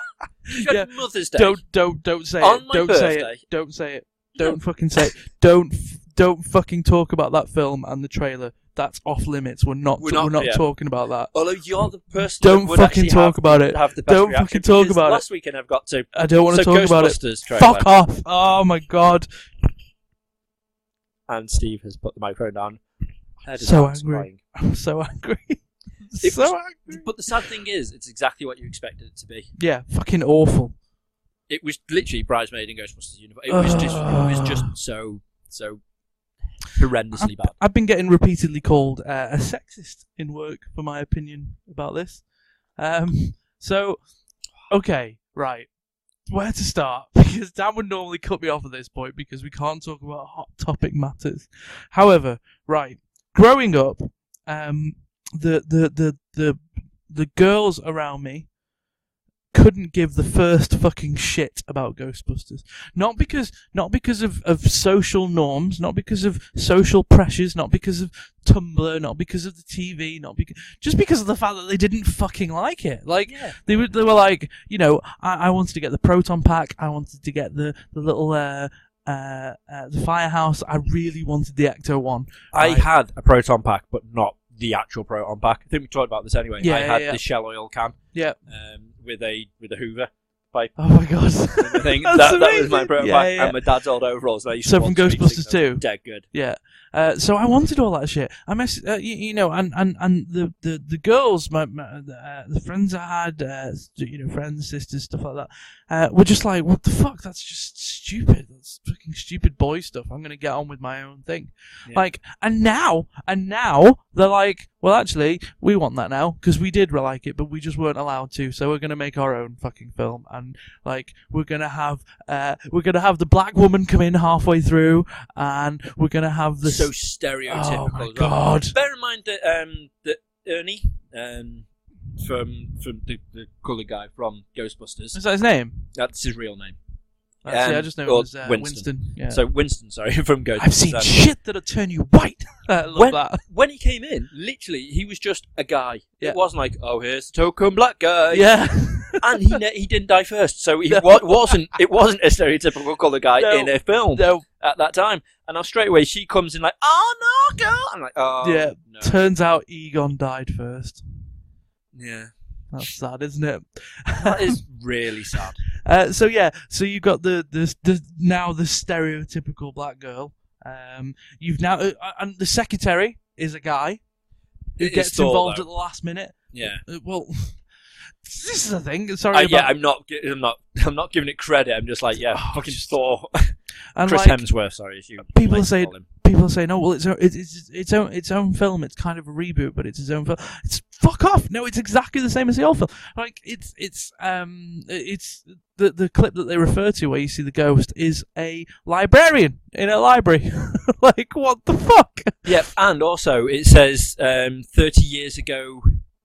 You've got
Yeah.
Mother's Day.
Don't don't don't say
On
it.
my
Don't say
birthday.
it. Don't say it. Don't fucking say it. Don't f- don't fucking talk about that film and the trailer. That's off limits. We're not
We're
we're not,
not- yeah.
talking about that.
Although you're the person
Don't
that would
fucking
actually
talk
have,
about it.
have the best
Don't
reaction
fucking talk
because
about it.
Last weekend I've got to.
I don't want to
so
talk about it.
Ghostbusters trailer.
Fuck off! Oh my god!
And Steve has put the microphone down. Head is
So
out,
angry.
crying.
I'm so angry.
It
so angry.
But the sad thing is, it's exactly what you expected it to be.
Yeah, fucking awful.
It was literally bridesmaid in Ghostbusters uniform. It was just, it was just so, so horrendously bad.
I've been getting repeatedly called uh, a sexist in work for my opinion about this. Um, so, okay, right. Where to start? Because Dan would normally cut me off at this point because we can't talk about hot topic matters. However, right, growing up, um, the, the, the, the, the girls around me couldn't give the first fucking shit about Ghostbusters. Not because not because of, of social norms, not because of social pressures, not because of Tumblr, not because of the TV, not because just because of the fact that they didn't fucking like it. Like
Yeah.
they were they were like, you know, I, I wanted to get the proton pack, I wanted to get the, the little uh, uh, uh the firehouse, I really wanted the Ecto one.
I
Right.
had a proton pack, but not the actual proton pack. I think we talked about this anyway.
Yeah,
I had
yeah, yeah.
the Shell oil can
Yeah.
um, with a with a Hoover. by
Oh my god.
the thing.
That's
that, that was my
amazing.
prototype.
Yeah, yeah.
And my dad's old overalls. And I used
So
to
from
watch these
Ghostbusters 2?
things. Dead good.
Yeah. Uh, so I wanted all that shit. I mess, uh, you, you know, and, and, and the, the, the girls, my, my uh, the friends I had, uh, you know, friends, sisters, stuff like that, uh, were just like, "What the fuck? That's just stupid. That's fucking stupid boy stuff. I'm gonna get on with my own thing."
Yeah.
Like, and now, and now they're like, "Well, actually, we want that now because we did like it, but we just weren't allowed to. So we're gonna make our own fucking film, and like, we're gonna have, uh, we're gonna have the black woman come in halfway through, and we're gonna have the
so stereotypical.
Oh my
as well.
God.
Bear in mind that um, that Ernie um, from from the, the colour guy from Ghostbusters.
Is that his name?
That's his real name.
That's- yeah, I
Um,
just know
or
it was uh, Winston.
Winston.
Yeah.
So Winston, sorry, from Ghostbusters.
I've seen
Um,
shit that'll turn you white. I love
When-
that.
when he came in, literally, he was just a guy.
Yeah.
It wasn't like, oh, here's the token black guy.
yeah.
and he ne- he didn't die first, so he
No.
wa- wasn't it wasn't a stereotypical color guy
No.
in a film
no.
at that time. And now straight away she comes in like, oh no, girl. I'm like, oh
Yeah.
no.
Turns out Egon died first.
yeah.
That's sad, isn't it?
That is really sad.
Uh, so yeah, so you've got the, the the now the stereotypical black girl. Um, you've now uh, and the secretary is a guy who
It is
gets
Thor,
involved
though.
at the last minute.
Yeah,
Uh, well, this is the thing. Sorry
I,
about
Uh,
Oh,
yeah. I'm not, gi- I'm not, I'm not giving it credit. I'm just like, yeah, fucking Thor,
and
Chris
like,
Hemsworth. Sorry, if you
People
like to
say-
call him.
people say, "No, well, it's o- it's it's its own its own film. It's kind of a reboot, but it's its own film." It's fuck off. No, it's exactly the same as the old film. Like it's it's um it's the the clip that they refer to where you see the ghost is a librarian in a library. like what the fuck?
Yep, and also it says um, 30 years ago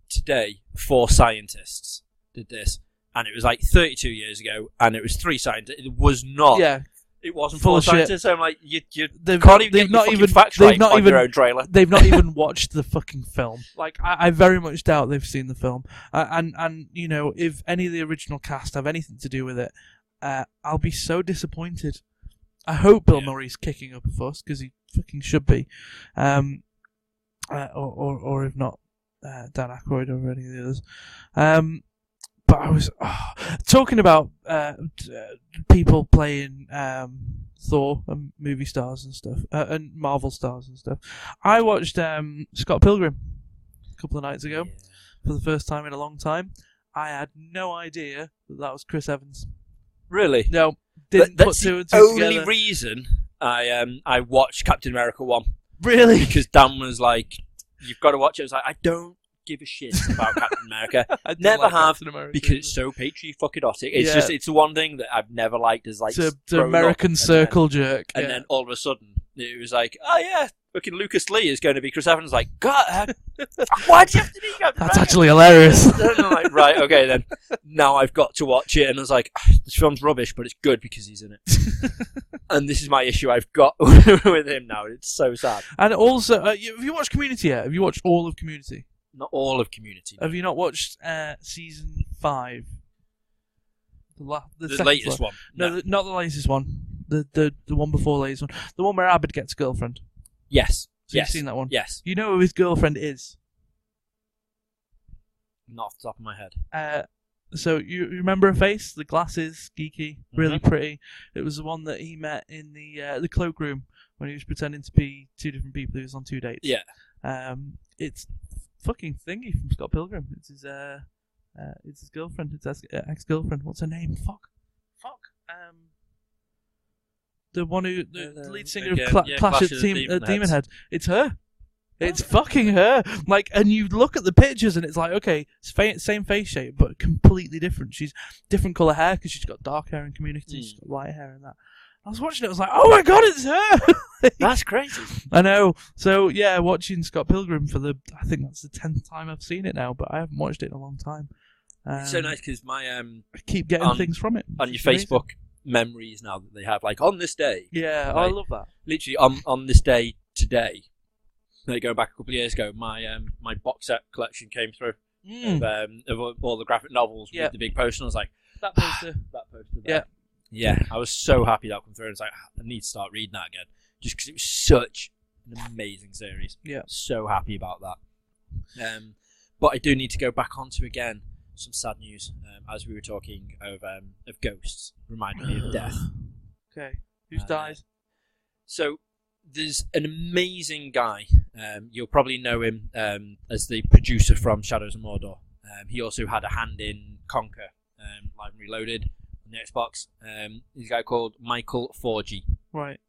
today, four scientists did this, and it was like 32 years ago, and it was three scientists. It was not.
Yeah,
it wasn't
full
four
of shit.
scientists. So I'm like, you, you
they've
can't even
they've
get
not
your
even
fucking facts
they've
right
not
on
even
your own trailer.
they've not even watched the fucking film. Like, I, I very much doubt they've seen the film. Uh, and and you know, if any of the original cast have anything to do with it, uh, I'll be so disappointed. I hope Bill
Yeah.
Murray's kicking up a fuss because he fucking should be, um, uh, or, or or if not, uh, Dan Aykroyd or any of the others. Um, but I was ah, talking about uh, t- uh, people playing um, Thor and movie stars and stuff, uh, and Marvel stars and stuff. I watched um, Scott Pilgrim a couple of nights ago for the first time in a long time. I had no idea that that was Chris Evans.
Really,
No, didn't put
That- that's
two and
the
two
only
together.
reason I um I watched Captain America one
really?
because Dan was like, you've got to watch it. I was like, I don't give a shit about Captain America.
I didn't
never have,
Captain America.
because it's so patri fucking erotic. It's
Yeah.
just it's the one thing that I've never liked is
it's
like
a, the
grown up
American
and
circle jerk.
Then, and
yeah.
then all of a sudden it was like, oh yeah, fucking Lucas Lee is going to be Chris Evans. Like, God, why do you have to be Captain
that's
America?
actually hilarious.
and I'm like, right, okay then. Now I've got to watch it, and I was like, "Ah, this film's rubbish, but it's good because he's in it. and this is my issue I've got with him now. It's so sad.
and also, uh, you- have you watched Community yet? Have you watched all of Community?
Not all of Community.
Have you not watched uh, season five? The, la- the,
the
second
latest
one.
one.
No, The, not the latest one. The, the the one before the latest one. The one where Abed gets a girlfriend.
Yes.
So
yes.
you've seen that one.
Yes.
You know who his girlfriend is.
Not off the top of my head.
Uh, so you you remember her face? The glasses, geeky, really
Mm-hmm.
pretty. It was the one that he met in the uh, the cloakroom when he was pretending to be two different people. He was on two dates.
Yeah.
Um, it's fucking thingy from Scott Pilgrim. It's his uh, uh it's his girlfriend. It's ex ex girlfriend. What's her name? Fuck, fuck. Um, the one who the,
Uh,
the lead singer
again,
of Cla-
yeah,
Clash,
Clash
of,
of
Team,
Demon
uh,
Heads.
Demon Head. It's her. It's fucking her. Like, and you look at the pictures and it's like, okay, it's fa- same face shape, but completely different. She's different color hair because she's got dark hair in Community. She's
Mm.
got light hair in that. I was watching it. I was like, oh my god, it's her.
That's crazy.
I know. So yeah, watching Scott Pilgrim for the I think that's the tenth time I've seen it now, but I haven't watched it in a long time. Um,
it's so nice because my um
I keep getting
on-
things from it
on your
which is amazing.
Facebook memories now that they have like on this day,
Yeah, I
Right.
love that.
literally on on this day today. Like going back a couple of years ago, my um my box set collection came through of,
Mm,
um, of all- all the graphic novels
Yeah.
with the big poster. And I was like,
that poster.
that poster.
there.
Yeah, I was so happy that come through. And it's like, I need to start reading that again, just because it was such an amazing series.
Yeah.
so happy about that. Um, but I do need to go back onto again some sad news um, as we were talking of um, of ghosts. Reminded me of death.
Okay. Who's
Uh,
died?
So there's an amazing guy. Um, you'll probably know him um, as the producer from Shadows of Mordor. Um, he also had a hand in Conquer, um, Live and Reloaded, on the Xbox. Um, he's a guy called Michael Forgy.
Right.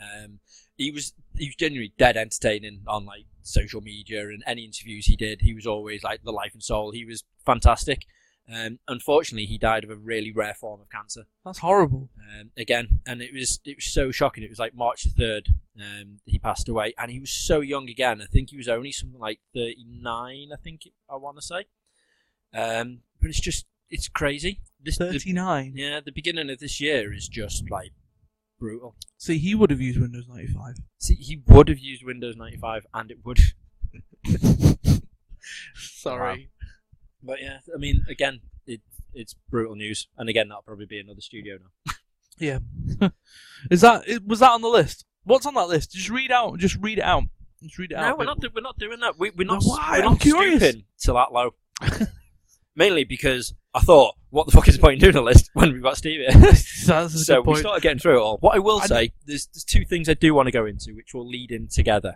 Um, he was he was genuinely dead entertaining on like social media and any interviews he did. He was always like the life and soul. He was fantastic. Um, unfortunately, he died of a really rare form of cancer
That's horrible.
um, again, and it was it was so shocking. It was like March the third. Um, he passed away, and he was so young again. I think he was only something like thirty nine. I think it- I want to say, um, but it's just it's crazy. This the,
39.
yeah, the beginning of this year is just like brutal.
See, he would have used Windows 95.
See, he would have used Windows ninety five, and it would.
Sorry.
But yeah, I mean, again, it it's brutal news, and again, that'll probably be another studio now.
Yeah. Is that i- was that on the list? What's on that list? Just read out. Just read it out. Just read it
No,
out.
we're not. Do- we're not doing that. We, we're not.
Then why?
We're
I'm
not
curious.
stooping to that low. Mainly because I thought, what the fuck is the point in doing a list when we've got Steve here?
That's a
so
good
we
point.
started getting through it all. What I will
I
say, there's, there's two things I do want to go into, which will lead in together.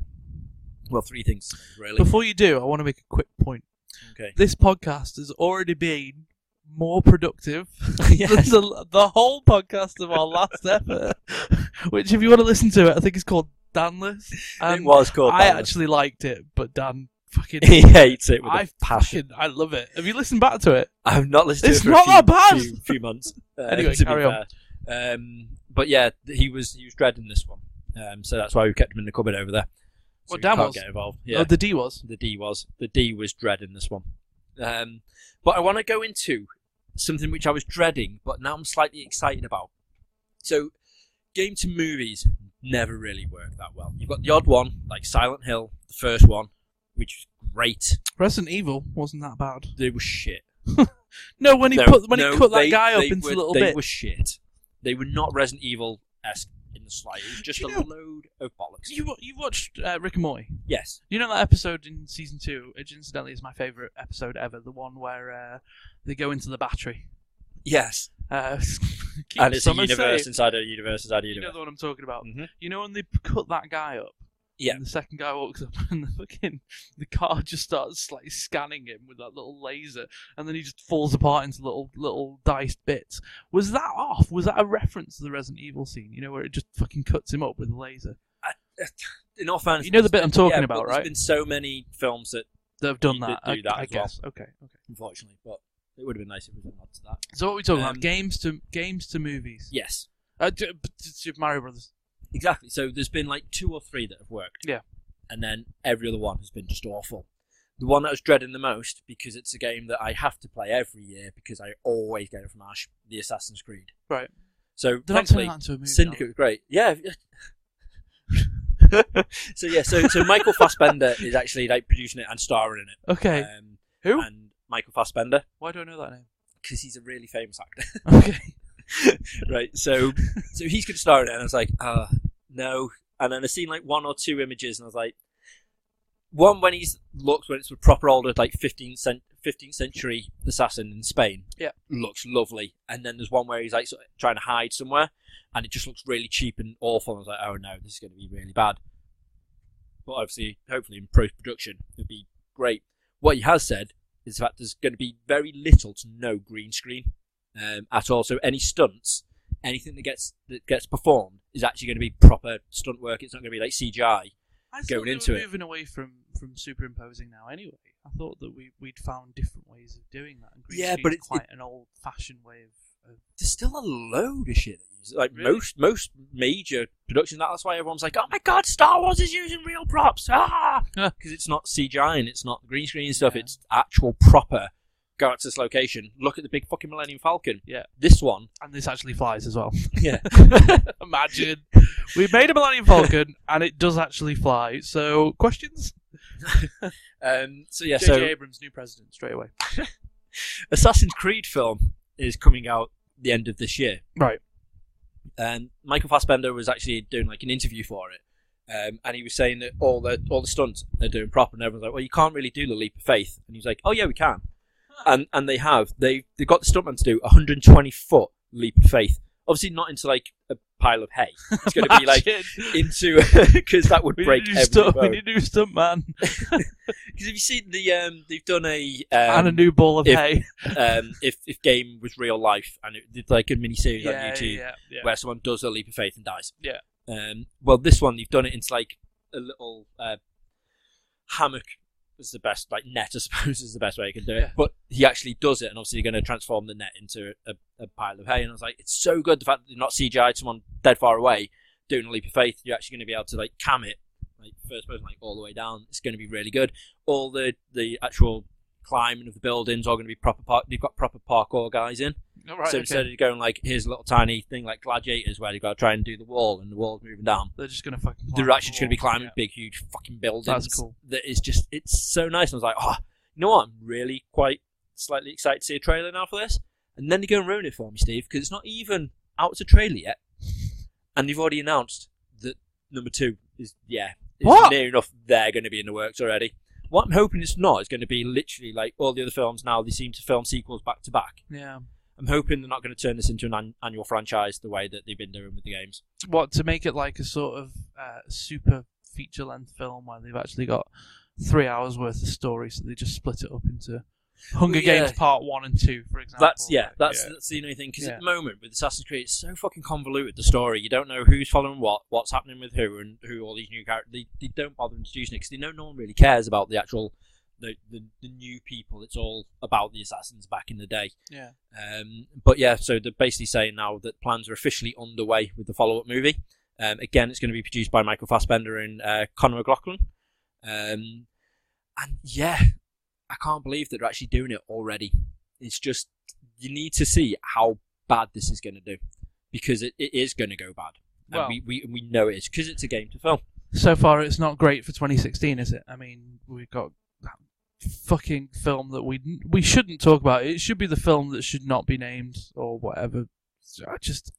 Well, three things really.
Before you do, I want to make a quick point.
okay.
This podcast has already been more productive than
Yes.
the, the whole podcast of our last effort. Which, if you want to listen to it, I think it's called Danless.
it
And
was called.
I
Dallas.
actually liked it, but Dan fucking,
he hates it with a
I
passion.
fucking, I love it. Have you listened back to it?
I've not listened
It's
to it for
not
a few,
that bad.
few, few months. Uh,
Anyway,
to be
carry on.
fair. Um, but yeah, th- he was he was dreading this one, um, so that's why we kept him in the cupboard over there. So
Well,
he
Dan
can't
was.
get involved. Yeah,
Oh,
the-,
the D was.
D was the D was dreading this one. Um, but I want to go into something which I was dreading, but now I'm slightly excited about. So, game to movies never really work that well. You've got the odd one like Silent Hill, the first one, which was great.
Resident Evil wasn't that bad.
They were shit.
No, when he
No,
put when
no,
he cut that
they-
guy up
they
into
were,
little
they
bits.
were shit. They were not Resident Evil esque in the slightest. It was just
You
a
know-
load of bollocks.
You wa- you watched uh, Rick and Morty.
yes.
You know that episode in season two, which incidentally is my favorite episode ever. The one where uh, they go into the battery.
Yes.
Uh, keep
And it's a
summer
universe
safe.
inside a universe inside a
You know
universe.
the one I'm talking about.
Mhm.
You know when they cut that guy up.
Yeah.
And the second guy walks up, and the fucking the car just starts like scanning him with that little laser, and then he just falls apart into little little diced bits. Was that off? Was that a reference to the Resident Evil scene? You know where it just fucking cuts him up with a laser.
In all fairness,
You know the bit I'm talking
yeah,
about,
but There's
right?
been so many films that,
They've done
you
that.
did do
I,
that
I
as well.
guess. Okay. Okay.
unfortunately, but it would have been nice if we had to that.
So what are we talking
Um,
about? Games to games to movies.
Yes.
Uh, d- b- d- Super Mario Brothers.
Exactly. So there's been like two or three that have worked.
Yeah.
And then every other one has been just awful. The one that I was dreading the most because it's a game that I have to play every year because I always get it from Ash, the Assassin's Creed.
Right.
So
They're not
thankfully,
turning that into a movie.
Syndicate was great. Yeah. so yeah, so so Michael Fassbender is actually like producing it and starring in it.
are they? Okay.
Um,
Who?
And Michael Fassbender
Why do I know that name?
because he's a really famous actor,
Okay.
right? So so he's going to star in it, and I was like, ah, no. And then I seen like one or two images, and I was like, one when he's looks when it's a proper older like fifteenth cent. 15th century assassin in Spain.
Yeah.
Looks lovely. And then there's one where he's like sort of trying to hide somewhere and it just looks really cheap and awful. And I was like, oh no, this is going to be really bad. But obviously, hopefully, in post production, it'll be great. What he has said is that there's going to be very little to no green screen um, at all. So any stunts, anything that gets that gets performed is actually going to be proper stunt work. It's not going to be like CGI.
I thought
Going
we
into
were
it.
moving away from from superimposing now. Anyway, I thought that we we'd found different ways of doing that. And green
Yeah, but
screen's
it's-
quite an old fashioned way of. of
There's still a load of shit. that uses- Like
Really?
most most major productions, that's why everyone's like, "Oh my god, Star Wars is using real props!" Ah, because it's not CGI and it's not green screen and stuff.
Yeah.
It's actual proper. Go out to this location. Look at the big fucking Millennium Falcon.
Yeah.
this one.
and this actually flies as well.
Yeah,
Imagine we made a Millennium Falcon and it does actually fly. So questions?
Um, so yeah,
JJ
so
Abrams, new president, straight away.
Assassin's Creed film is coming out the end of this year.
Right.
And Michael Fassbender was actually doing like an interview for it, um, and he was saying that all the all the stunts they're doing proper, and everyone's like, "Well, you can't really do the leap of faith," and he's like, "Oh yeah, we can." and and they have they they got the stuntman to do a 120 foot leap of faith. Obviously, not into like a pile of hay. It's going to be like into because that would
we
break
need to do
every
stunt, we
bone.
need to do stunt man
Because have you seen the um they've done a
and a
um,
new ball of
if-
hay.
um if if game was real life and it did like a mini series on YouTube
yeah, yeah.
where someone does a leap of faith and dies.
Yeah.
Um. Well, this one you've done it into like a little uh, hammock. Is the best like net, I suppose, is the best way you can do it.
Yeah.
But he actually does it, and obviously you're going to transform the net into a, a pile of hay. And I was like, it's so good the fact that they're not CGI someone dead far away doing a leap of faith. You're actually going to be able to like cam it, like first person, like all the way down. It's going to be really good. All the the actual climbing of the buildings are going to be proper. Park- they've got proper parkour guys in
All right,
so
okay.
instead of going like here's a little tiny thing like gladiators where they've got to try and do the wall and the wall's moving down,
they're just gonna fucking.
they're
climb
actually just going to be
the wall.
climbing big, huge fucking buildings.
That's cool.
That is just it's so nice. And I was like, oh, you know what? I'm really quite slightly excited to see a trailer now for this. And then they go and ruin it for me, Steve, because it's not even out to trailer yet, and they've already announced that number two is yeah, is
What?
near enough. They're going to be in the works already. What I'm hoping it's not is going to be literally like all the other films now. They seem to film sequels back to back.
Yeah. yeah.
I'm hoping they're not going to turn this into an an- annual franchise the way that they've been doing with the games.
What to make it like a sort of uh, super feature length film where they've actually got three hours worth of story, so they just split it up into Hunger
Well, yeah.
Games Part One and Two, for example.
That's yeah,
Like,
that's
Oh, yeah.
that's the only thing because
Yeah.
at the moment with Assassin's Creed, it's so fucking convoluted the story. You don't know who's following what, what's happening with who, and who all these new characters. They, they don't bother introducing it because they know no one really cares about the actual the, the the new people. It's all about the assassins back in the day.
yeah.
Um, but yeah, so they're basically saying now that plans are officially underway with the follow-up movie. Um, again, it's going to be produced by Michael Fassbender and uh, Conor McLaughlin. Um, and yeah, I can't believe that they're actually doing it already. It's just you need to see how bad this is going to do because it, it is going to go bad. And
Well-
we, we we know it is because it's a game to film.
So far, it's not great for 2016, is it? I mean, we've got that fucking film that we we shouldn't talk about. It should be the film that should not be named or whatever. So I just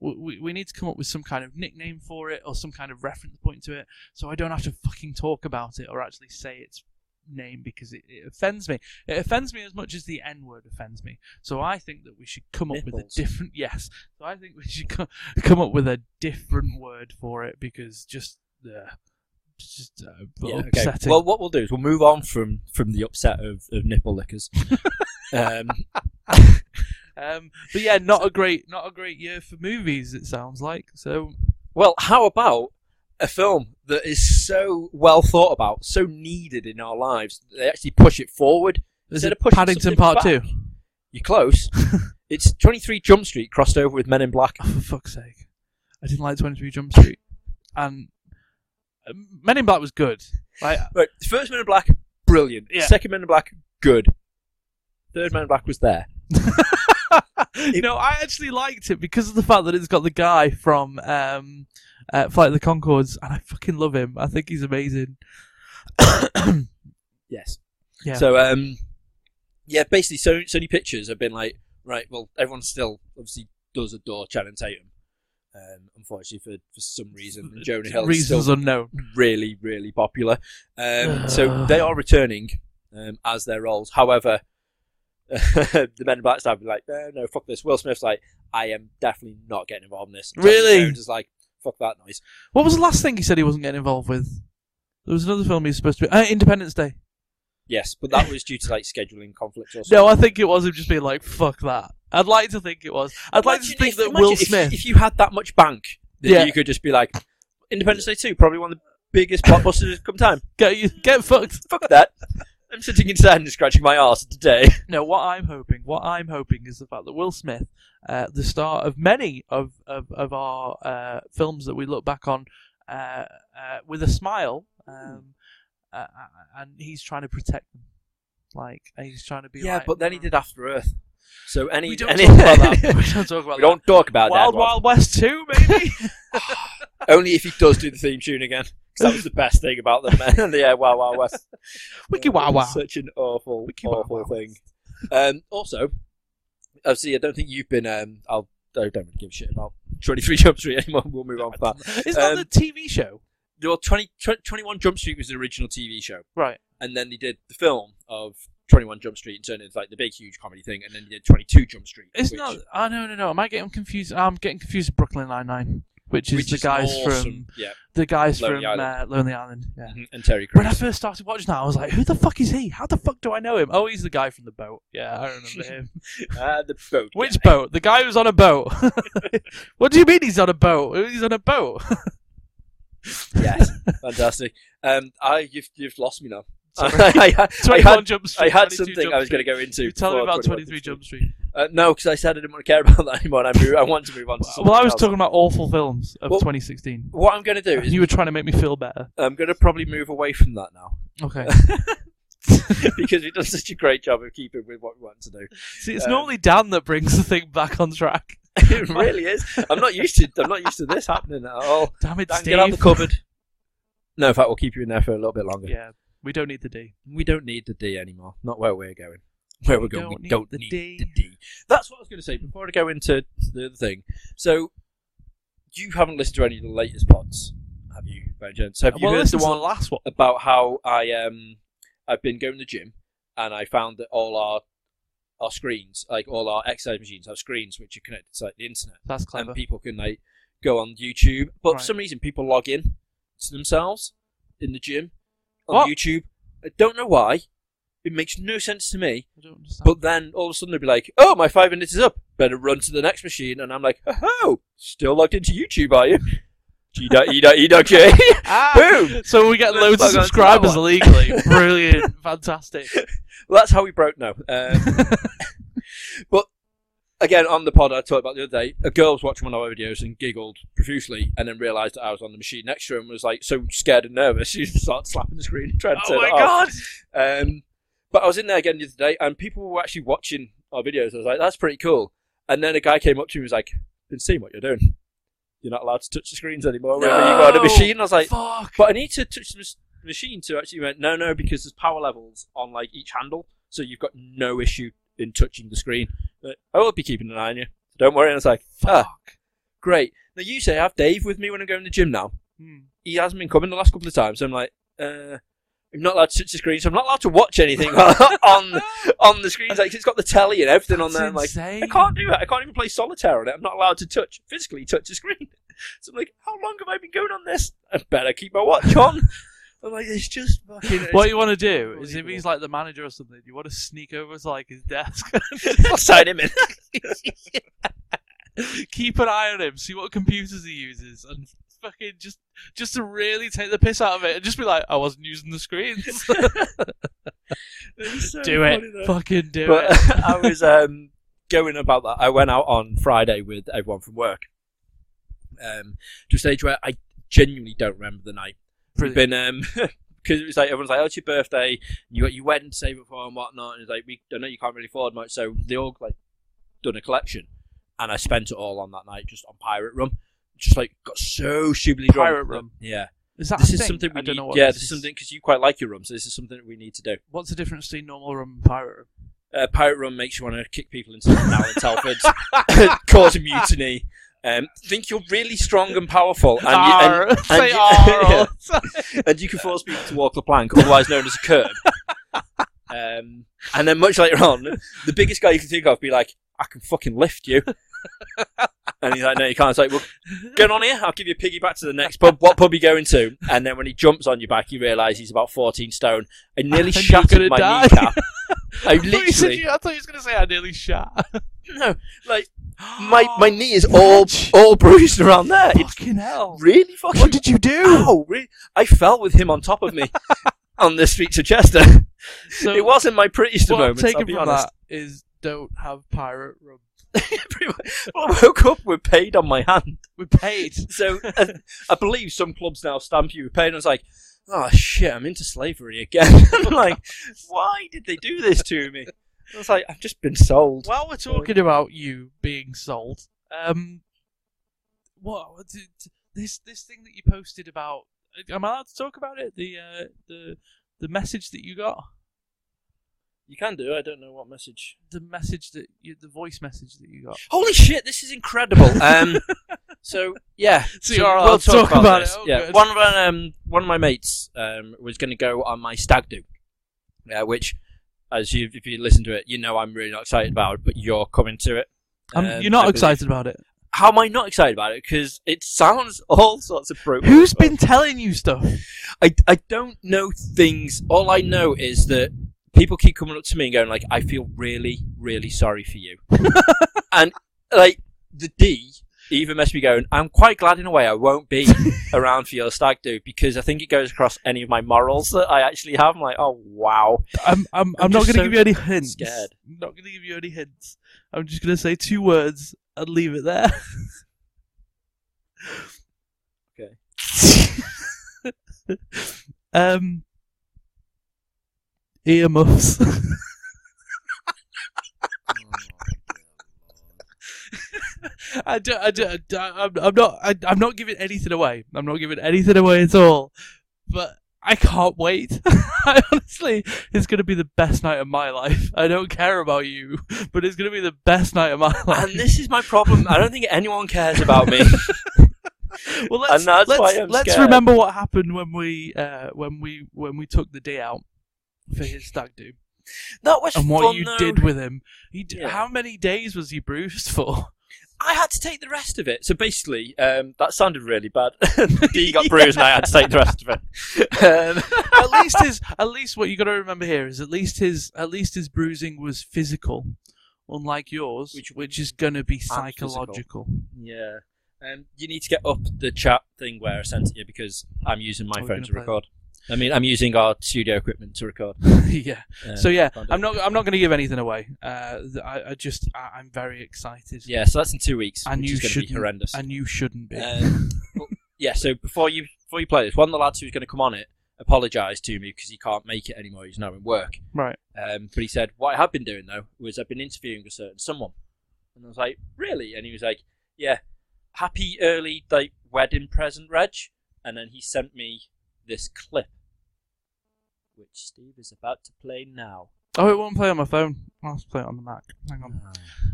we- we we need to come up with some kind of nickname for it or some kind of reference point to it, so I don't have to fucking talk about it or actually say its name because it, it offends me. It offends me as much as the N word offends me. So I think that we should come up with a
Nipples.
different yes. So I think we should co- come up with a different word for it because just uh, just uh, upsetting.
Well, what we'll do is we'll move on from from the upset of, of nipple lickers. um,
Um, but yeah, not a great, not a great year for movies. It sounds like so.
Well, how about a film that is so well thought about, so needed in our lives, that they actually push it forward?
Is
Instead
it
of pushing
Paddington
something
Part
back-
Two?
You're close. it's 23 Jump Street crossed over with Men in Black.
Oh, for fuck's sake! I didn't like Twenty Three Jump Street, and um, Men in Black was good. Like,
Right, the first Men in Black, brilliant.
Yeah.
Second Men in Black, good. Third Men in Black was there.
no, I actually liked it because of the fact that it's got the guy from um, uh, Flight of the Concords, and I fucking love him. I think he's amazing.
Yes.
Yeah.
So, um, yeah, basically, so Sony Pictures have been like, right, well, everyone still obviously does adore Channing Tatum. Um, unfortunately, for, for some reason, and Jonah Hill is still
Reasons unknown.
really, really popular. Um, so they are returning um, as their roles. However, the men in black side be like, no, no, fuck this. Will Smith's like, I am definitely not getting involved in this. And Tommy
Really?
Jones is like, fuck that noise.
What was the last thing he said he wasn't getting involved with? There was another film he was supposed to be. Uh, Independence Day.
Yes, but that was due to like scheduling conflicts or something.
No, I think it was him just being like, "Fuck that." I'd like to think it was. I'd like to
Imagine
think
if-
that
imagine
Will
if-
Smith.
If, you had that much bank, that
Yeah.
you could just be like, Independence Day 2, probably one of the biggest blockbusters of come time.
get you get fucked.
Fuck that. I'm sitting inside and scratching my arse today.
No, what I'm hoping, what I'm hoping is the fact that Will Smith, uh, the star of many of of, of our uh, films that we look back on uh, uh, with a smile, um, uh, and he's trying to protect them, like and he's trying to be.
Yeah,
like- "Mm,
but then he did After Earth. So any
We don't
any-
talk about that. We don't talk about
we don't talk
that.
about
Wild
that. one.
Wild West Two, maybe.
Only if he does do the theme tune again. 'Cause That was the best thing about them. man. yeah, Wow Wow West.
Wiki Wow Wow.
Such an awful,
Wiki Wow
awful
Wow.
thing. Um, also, obviously, I don't think you've been. Um, I'll, I don't really give a shit about 23 Jump Street anymore. We'll move on from that.
Isn't that
Um,
the TV show?
Well, 20, 20 21 Jump Street was the original TV show.
Right.
And then they did the film of 21 Jump Street and turned it into like the big huge comedy thing, and then you did 22 Jump Street.
It's
which-
not. Oh no, no, no. Am I getting confused? I'm getting confused with Brooklyn Nine Nine, which is
which
the guys
awesome.
from
yeah,
the guys
Lonely
from
Island.
Uh, Lonely Island. Yeah.
mhm, and Terry
When I
Crews.
first started watching that, I was like, "Who the fuck is he? How the fuck do I know him?" Oh, he's the guy from the boat. Yeah, I remember him.
Uh, the boat.
Which boat? The guy who's on a boat. what do you mean he's on a boat? He's on a boat.
guy. Yes, fantastic. Um, I you've you've lost me now.
Sorry.
I, I, I
Twenty-one
had
Jump Street.
I had
22
something
Jump
I was
Street.
going to go into.
You tell me
before
about
21
23 Jump Street.
Uh, no, because I said I didn't want to care about that anymore. And I moved, I want to move on to something
Well, I was
else.
talking about awful films of
Well,
2016.
What I'm going to do is
You were trying to make me feel better.
I'm going to probably move away from that now
Okay.
because we've done such a great job of keeping with what we wanted to do.
See, it's
Um,
normally Dan that brings the thing back on track.
It really is. I'm not used to I'm not used to this happening at all.
Damn it,
Dan,
Steve.
get out the cupboard. No, in fact, we'll keep you in there for a little bit longer.
Yeah, we don't need the D.
We don't need the D anymore. Not where we're going. Where we're going,
don't
we
need
don't
the
need
D.
the D. That's what I was going to say before I go into the other thing. So, you haven't listened to any of the latest pods, have you, by chance? Have you
well,
heard
this
the
is the
one
last one.
about how I um I've been going to the gym and I found that all our our screens, like all our exercise machines, have screens which are connected to like the internet,
That's clever.
and people can like go on YouTube. But for
Right.
some reason, people log in to themselves in the gym on
What?
YouTube. I don't know why. It makes no sense to me.
I don't understand.
But then all of a sudden they'll be like, "Oh, my five minutes is up. Better run to the next machine." And I'm like, "Oh, still logged into YouTube, are you?" G dot E dot E dot J.
ah,
Boom!
So we get loads of
Let's log on to that
subscribers
one.
legally. Brilliant. Fantastic.
Well, that's how we broke now. Um, but again, on the pod I talked about the other day, a girl was watching one of our videos and giggled profusely, and then realised that I was on the machine next to her and was like so scared and nervous. She started slapping the screen and trying to
oh
turn
my
it off.
god.
Um, but I was in there again the other day, and people were actually watching our videos. I was like, "That's pretty cool." And then a guy came up to me and was like, "Been seeing what you're doing. You're not allowed to touch the screens anymore. Whenever you go on a
No.
machine." I was like,
Fuck.
but I need to touch the mas- machine to actually went, no, no, because there's power levels on like each handle, so you've got no issue in touching the screen. But I will be keeping an eye on you. Don't worry. And I was like,
Fuck.
great. Now you say I have Dave with me when I'm going to the gym now.
Hmm.
He hasn't been coming the last couple of times. So I'm like, uh, I'm not allowed to touch the screen, so I'm not allowed to watch anything on on the screens. Like 'cause it's got the telly and everything on
That's
there. I'm like,
insane.
I can't do it. I can't even play solitaire on it. I'm not allowed to touch physically touch a screen. So I'm like, how long have I been going on this? I better keep my watch on. I'm like, it's just fucking. It's
What you want to do is if
Unbelievable.
he's like the manager or something, you want to sneak over to like his desk,
I'll sign him in.
keep an eye on him, see what computers he uses, and fucking just just to really take the piss out of it, and just be like, I wasn't using the screens.
It's so
do it,
funny though.
fucking do
But uh,
it.
I was um, going about that. I went out on Friday with everyone from work um, to a stage where I genuinely don't remember the night. We've
Brilliant.
been um because it was like everyone's like, "Oh, it's your birthday. You got your wedding to save up for and whatnot." And it's like, "We, I know you can't really afford much," so they all like done a collection, and I spent it all on that night just on pirate rum. Just like got so stupidly drunk.
Pirate rum.
Yeah,
Is that
this
a
is
thing?
something we
I don't
need.
know what
yeah, this is something because you quite like your rum, so this is something that we need to do.
What's the difference between normal rum and pirate rum?
Uh, pirate rum makes you want to kick people into the now in Telford, cause a mutiny. Um, think you're really strong and powerful, and, you, and
Arr, say
you-
arr all
yeah.
the time.
and you can force people to walk the plank, otherwise known as a curb. Um, and then much later on, the biggest guy you can think of be like, "I can fucking lift you," and he's like, "No, you can't." It's like, "Well, get on here. I'll give you a piggyback to the next pub. What pub are you going to?" And then when he jumps on your back, you realise he's about fourteen stone. I nearly
And you're gonna
shattered my
die.
kneecap. I
I thought you said
literally
you- I thought you was going to say I nearly shot.
no, like my my knee is
Oh,
all all bruised around there. It's
fucking hell.
really fucking
Oh. What did you do?
Ow, really? I fell with him on top of me on the streets of Chester.
So,
it wasn't my prettiest of
what I'm
moments, I'll
taking
be
from
honest.
that is don't have pirate rum.
Pretty much- well, I woke up with paid on my hand.
We're paid.
So uh, I believe some clubs now stamp you with paid. And I was like, oh shit, I'm into slavery again. I'm like, why did they do this to me? I was like, I've just been sold.
While we're talking about you being sold, um, what what did- this this thing that you posted about? Am I allowed to talk about it? The uh, the the message that you got,
You can do, I don't know what message.
the message that you, the voice message that you got.
Holy shit, this is incredible. Um, so yeah,
So you're allowed to talk about it. Oh,
yeah,
good.
one of our, um, one of my mates um, was going to go on my stag do, uh, which as you if you listen to it, you know I'm really not excited about it, but you're coming to it.
Um,
Um,
you're
I
not
believe-
excited about it.
How am I not excited about it? Because it sounds all sorts of brutal.
Who's been telling you stuff?
I, I don't know things. All I know is that people keep coming up to me and going like, "I feel really, really sorry for you," and like the D even messed me going, "I'm quite glad in a way I won't be around for your stag do because I think it goes across any of my morals that I actually have." I'm like, "Oh wow,
I'm I'm, I'm,
I'm
not
just
going to
so
give you any hints.
scared.
I'm not going to give you any hints. I'm just going to say two words and leave it there.
Okay.
um. Earmuffs. I don't, I don't, I don't- I'm, I'm not. I, I'm not giving anything away. I'm not giving anything away at all. But I can't wait. I honestly, it's going to be the best night of my life. I don't care about you, but it's going to be the best night of my life.
and this is my problem. I don't think anyone cares about me."
well, let's,
and that's
let's,
why I'm
let's
scared.
remember what happened when we uh, when we when we took the day out for his stag do
That was
and what
fun,
you
though.
did with him. He d-
Oh, Yeah.
How many days was he bruised for?
I had to take the rest of it. So basically, um, that sounded really bad. D got bruised, and I had to take the rest of it. Um,
at least his at least what you got to remember here is at least his at least his bruising was physical, unlike yours, which,
Which-
which is going to be
And physical.
psychological.
yeah, um, you need to get up the chat thing where I sent it you because I'm using my
Are we Oh,
phone
gonna
to
play
record. I mean, I'm using our studio equipment to record.
yeah.
Um,
So yeah,
found it.
I'm not I'm not going to give anything away. Uh, th- I, I just I, I'm very excited.
Yeah, so that's in two weeks,
And
which
you
is going to
shouldn't-
be horrendous.
And you shouldn't be.
Um, well, yeah, so before you before you play this, one of the lads who's going to come on it apologised to me because he can't make it anymore. He's now in work.
Right.
Um, but he said, What I have been doing though was I've been interviewing a certain someone. And I was like, Really? And he was like, Yeah, happy early like wedding present, Reg. And then he sent me this clip, which Steve is about to play now.
Oh, it won't play on my phone. I'll just play it on the Mac. Hang on.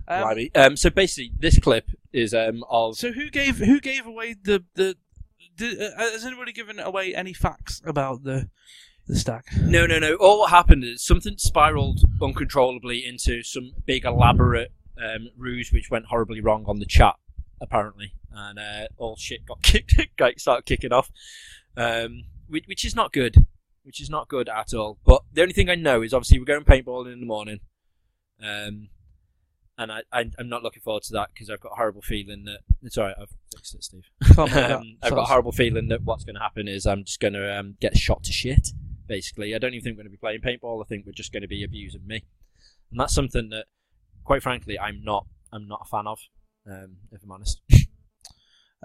Um,
Blimey. Um, so basically, this clip is um, of.
so who gave who gave away the the? Did, uh, has anybody given away any facts about the the stack?
No, no, no. All what happened is something spiraled uncontrollably into some big elaborate um, ruse, which went horribly wrong on the chat, apparently, and uh, all shit got kicked, got- started kicking off, um, which, which is not good, which is not good at all. But the only thing I know is obviously we're going paintballing in the morning, um, and I, I, I'm not looking forward to that because I've got a horrible feeling that it's all right. I've fixed it, Steve.
Can't make
Um,
that.
I've got a
So-
horrible feeling that what's going to happen is I'm just going to um, get shot to shit. Basically, I don't even think we're going to be playing paintball. I think we're just going to be abusing me, and that's something that, quite frankly, I'm not. I'm not a fan of. Um, if I'm honest.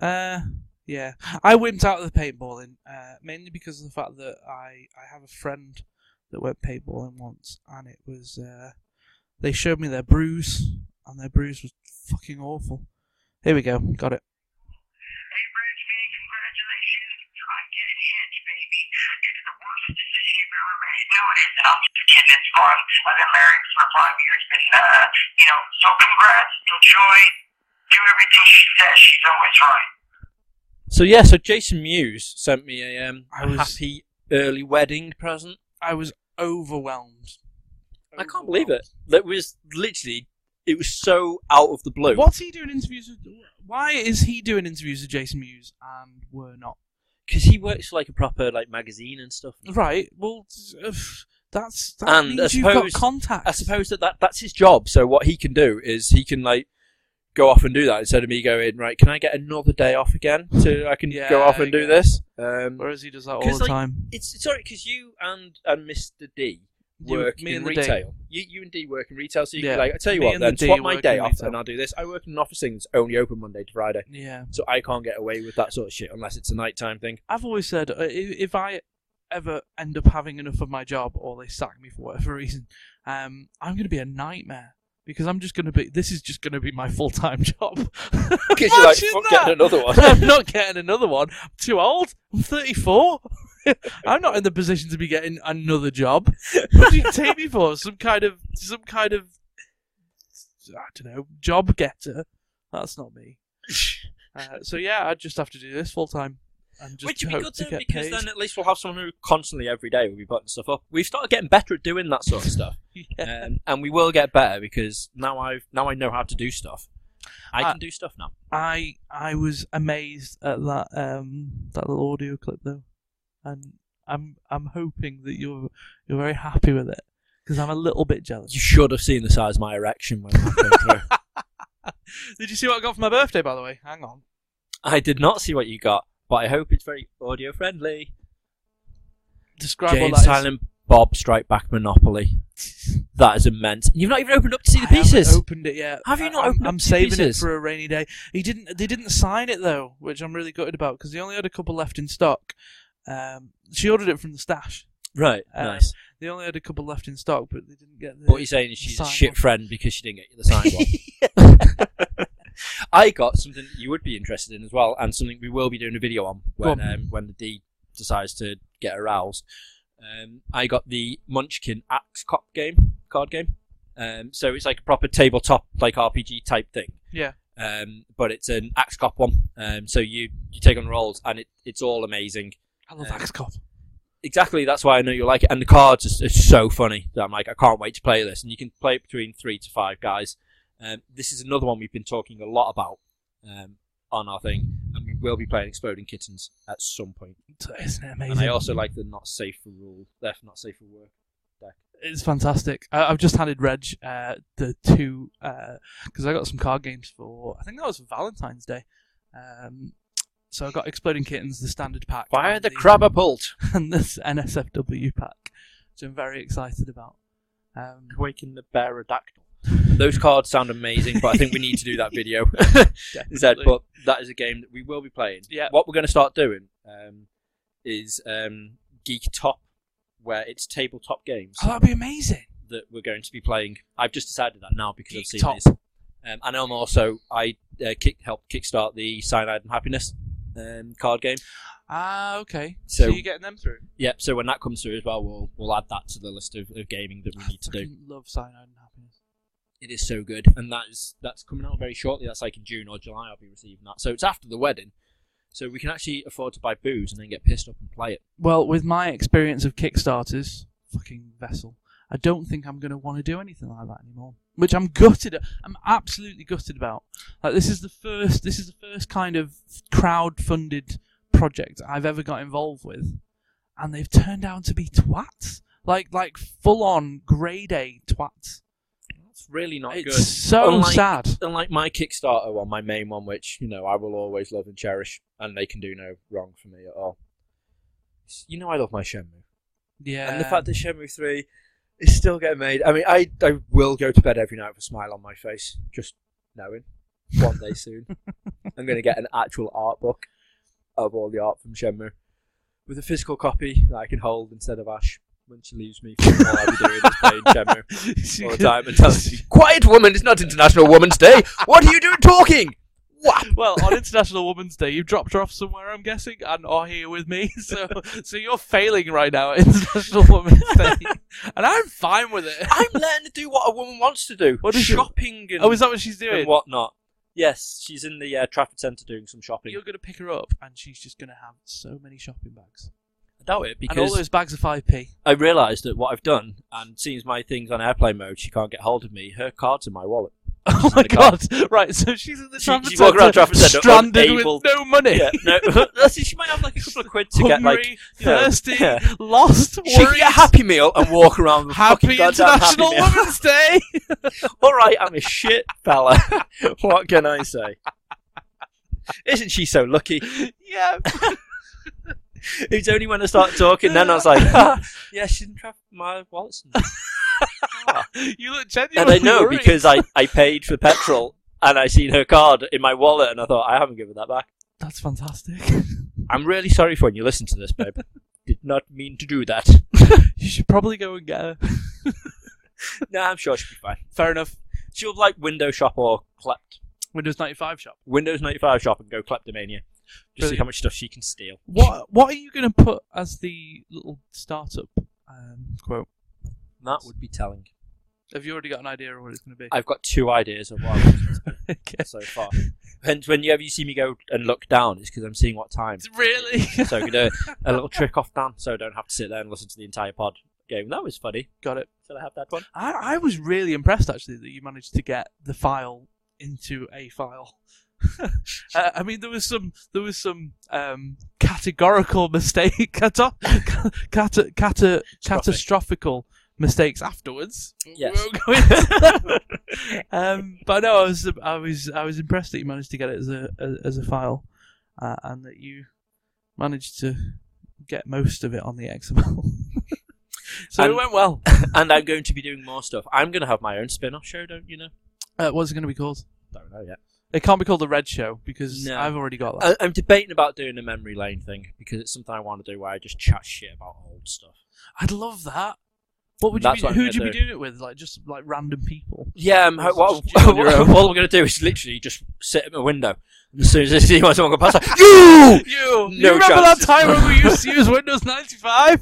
Uh, yeah, I wimped out of the paintballing uh, mainly because of the fact that I I have a friend that went paintballing once, and it was uh, they showed me their bruise, and their bruise was fucking awful. Here we go, got it.
Hey, Reg, man, congratulations on getting hit, baby. It's the worst decision you've ever made. No, it isn't. I'm just kidding. It's fun. I've been married for five years, but, uh, you know, so congrats. Enjoy. Do everything she says. She's always right.
So yeah, so Jason Mewes sent me a, um,
I
a
was-
happy early wedding present.
I was overwhelmed.
I can't believe it. That was literally. It was so out of the blue.
What's he doing interviews? With, why is he doing interviews with Jason Mewes and we're not?
Because he works for like a proper like magazine and stuff.
Right. Well, uh, that's that
And I
means you've got
suppose-
contacts.
I suppose that, that that's his job. So what he can do is he can like go off and do that instead of me going right. Can I get another day off again? So I can
Yeah,
go off and
yeah.
do this. Um,
Whereas he does that all
'Cause,
the
like,
time.
it's it's alright because you and and Mr D
You-
work
me
in
and the day.
retail. You you and D work in retail, so you
Yeah.
can be like I tell you
Me
what,
and the
then
D
swap my
work
day
in
off
retail.
and I'll do this. I work in an office thing that's only open Monday to Friday,
Yeah.
so I can't get away with that sort of shit unless it's a nighttime thing.
I've always said uh, i- if I ever end up having enough of my job or they sack me for whatever reason, um, I'm going to be a nightmare because I'm just going to be. This is just going to be my full time job.
Because you're like
Imagine
"Fuck,
that!
getting another one.
I'm not getting another one. I'm too old. I'm 34. I'm not in the position to be getting another job. What do you take me for? Some kind of some kind of I don't know job getter. That's not me. Uh, so yeah, I just have to do this full time. and just
Which would be
hope
good
to
then,
get
because
paid.
then at least we'll have someone who constantly every day will be putting stuff up. We've started getting better at doing that sort of stuff,
Yeah.
um, and we will get better because now I now I know how to do stuff. I
Uh,
can do stuff now.
I I was amazed at that um that little audio clip though, and I'm I'm hoping that you're you're very happy with it because I'm a little bit jealous.
You should have seen the size of my erection when that came through.
Did you see what I got for my birthday, by the way? Hang on.
I did not see what you got, but I hope it's very audio friendly.
Describe what
Jane
that is.
Silent Bob Strike Back Monopoly. That is immense. You've not even opened up to see the
I haven't
pieces.
opened it yet.
Have you
I-
not
I'm,
opened up
I'm
the
saving
pieces?
it for a rainy day. He didn't. They didn't sign it though, which I'm really gutted about because they only had a couple left in stock. Um, she ordered it from the stash.
Right,
Um,
nice.
They only had a couple left in stock, but they didn't get the.
What you're saying is she's a
Signed
shit
one.
friend because she didn't get you the signed one. I got something that you would be interested in as well, and something we will be doing a video on when
on.
um, when the D decides to get aroused. Um, I got the Munchkin Axe Cop game card game. Um, so it's like a proper tabletop like RPG type thing.
Yeah.
Um, but it's an Axe Cop one. Um, so you you take on roles, and it, it's all amazing
I love
um,
Axcop.
exactly that's why I know you like it. And the cards are, are so funny that I'm like, I can't wait to play this. And you can play it between three to five guys. Um, this is another one we've been talking a lot about um, on our thing, and we will be playing Exploding Kittens at some point.
Isn't it amazing?
And I also like the not safe for rule, left not safe for work.
It's fantastic. I, I've just handed Reg uh, the two because I got some card games for. I think that was Valentine's Day. Um, so I got Exploding Kittens, the standard pack.
Fire
and
the crabber bolt.
and this NSFW pack, which I'm very excited about. Um,
Awaken the pterodactyl. Those cards sound amazing, but I think we need to do that video. Zed, but that is a game that we will be playing.
Yeah.
What we're going to start doing um, is um, Geek Top, where it's tabletop games
oh, that'd be amazing.
that we're going to be playing. I've just decided that now because I've
Geek
seen
Top.
this. Um, and I'm also I uh, kick, helped kickstart the Cyanide and Happiness um, card game.
Ah, okay.
So-
So, you're getting them through.
Yep. So when that comes through as well, we'll we'll add that to the list of, of gaming that we need to do.
Fucking love cyanide and happiness.
It is so good, and that is that's coming out very shortly. That's like in June or July. I'll be receiving that. So it's after the wedding, so we can actually afford to buy booze and then get pissed up and play it.
Well, with my experience of Kickstarters, fucking vessel, I don't think I'm going to want to do anything like that anymore. Which I'm gutted. I'm absolutely gutted about. Like this is the first. This is the first kind of crowd-funded project I've ever got involved with, and they've turned out to be twats. Like like full-on grade A twats.
It's really not
it's
good.
so
Unlike-
sad.
Unlike my Kickstarter one, my main one, which you know I will always love and cherish, and they can do no wrong for me at all. You know I love my Shenmue,
Yeah.
and the fact that Shenmue Three is still getting made. I mean, I I will go to bed every night with a smile on my face, just knowing one day soon I'm going to get an actual art book of all the art from Shenmue with a physical copy that I can hold instead of Ash when she leaves me. All I'll be doing is playing Shenmue all the time and tells you, "Quiet woman, it's not International Women's Day. What are you doing talking?" What?
Well, on International Women's Day, you dropped her off somewhere, I'm guessing, and are here with me. So, so you're failing right now at International Women's Day, and I'm fine with it.
I'm letting her do what a woman wants to do.
What is it?
shopping and,
Oh, is that what she's
and
doing?
whatnot. Yes, she's in the uh, Trafford Centre doing some shopping.
You're gonna pick her up, and she's just gonna have so many shopping bags,
I doubt it
and all
because
those bags are five p.
I realised that what I've done, and seems my thing's on airplane mode, she can't get hold of me. Her card's in my wallet.
Oh my
in the car.
god! Right, so she's in the
She-
Trafford
she's walking around Trafford Centre
stranded
unable-
with no money,
Yeah, no, see, she might have like a couple of quid to
hungry,
get like. you know,
thirsty,
yeah.
lost,
She can
worried.
get a happy meal and walk around with a fucking
Happy
goddamn
International
happy meal.
Women's Day.
All right, I'm a shit fella. what can I say? Isn't she so lucky?
yeah,
It's only when I started talking, then I was like, ah, yeah, she didn't have my wallet.
you look genuinely.
And I know
worried.
because I, I paid for petrol and I seen her card in my wallet and I thought, I haven't given that back.
that's fantastic.
I'm really sorry for when you listen to this, babe. Did not mean to do that.
You should probably go and get her.
nah, I'm sure she'll be fine.
Fair enough.
She'll like window shop or clept.
Windows 95 shop.
Windows 95 shop and go kleptomania. Just see
Brilliant.
how much stuff she can steal.
What What are you going to put as the little startup um, quote?
That would be telling.
Have you already got an idea of what it's going to be?
I've got two ideas of what I want to
Okay.
do so far. Hence, whenever you see me go and look down, it's because I'm seeing what time.
Really?
So I'm gonna a little trick off Dan, so I don't have to sit there and listen to the entire pod. Game that was funny.
got it.
Shall I have that one?
I, I was really impressed actually that you managed to get the file into a file. Uh, I, I mean, there was some there was some um, categorical mistake, cata, cata, cata, catastrophical mistakes afterwards.
Yes.
We won't go into that. um, but no, I was I was I was impressed that you managed to get it as a as, as a file, uh, and that you managed to get most of it on the XML. so it
And-
went well.
And I'm going to be doing more stuff. I'm gonna have my own spin-off show, don't you know?
Uh, what's it going to be called?
Don't know yet.
It can't be called the Red Show because
No. Uh,
I've already got that.
I, I'm debating about doing a memory lane thing because it's something I want to do where I just chat shit about old stuff.
I'd love that. What would you
That's
be,
what I'm
who
gonna
would you be
do.
doing it with? Like just like random people.
Yeah, um,
Just
what, what,
do it on your own.
what I'm going to do is literally just sit at my window. And as soon as I see my someone go past, like, you!
You,
No
remember that
chance.
time when we used to use Windows ninety five?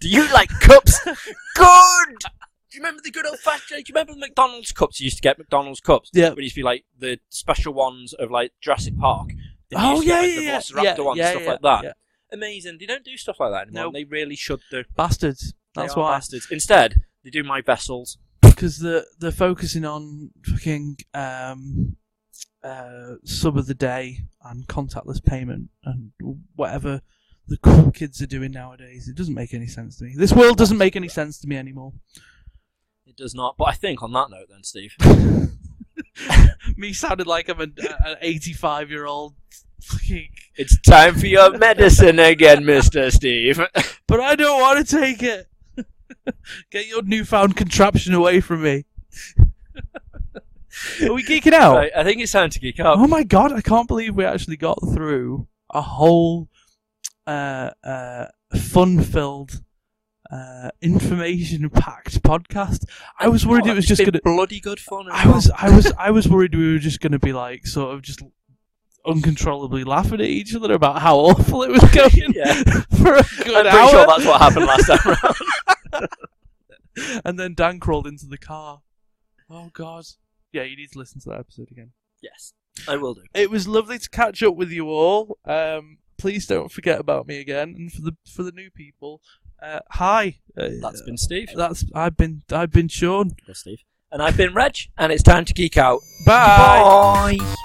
Do you like cups? good! Do you remember the good old fashioned? Do you remember the McDonald's cups? You used to get McDonald's cups.
Yeah.
When used to be like the special ones of like Jurassic Park. Then you
Oh
used to
yeah,
get,
yeah, yeah,
like,
yeah,
the Velociraptor ones,
yeah,
stuff
yeah,
like that.
yeah.
Amazing. They don't do stuff like that anymore.
Nope.
They really should do.
Bastards.
They
That's
are
why.
Bastards. Instead, they do my vessels.
Because the they're focusing on fucking um, uh, sub of the day and contactless payment and whatever the cool kids are doing nowadays. It doesn't make any sense to me. This world doesn't make any sense to me anymore.
It does not. But I think on that note, then, Steve.
me sounded like I'm an, an 85 year old fucking.
It's time for your medicine again, Mr. Steve. Oh.
But I don't want to take it. Get your newfound contraption away from me. Are we geeking out?
Right, um, I think it's time to geek out.
Oh my god! I can't believe we actually got through a whole uh, uh, fun-filled, uh, information-packed podcast. I was worried it was just gonna.
bloody good fun.
I was, I was, I was worried we were just gonna be like sort of just uncontrollably laughing at each other about how awful it was going
Yeah.
for a good
I'm pretty
hour.
sure that's what happened last time round.
and then Dan crawled into the car. Oh god! Yeah, you need to listen to that episode again.
yes, I will do.
it was lovely to catch up with you all. Um, please don't forget about me again, and for the for the new people, uh, hi. Uh,
That's been Steve.
that's I've been I've been Sean.
Well, Steve. And I've been Reg, and it's time to geek out.
Bye.
Bye.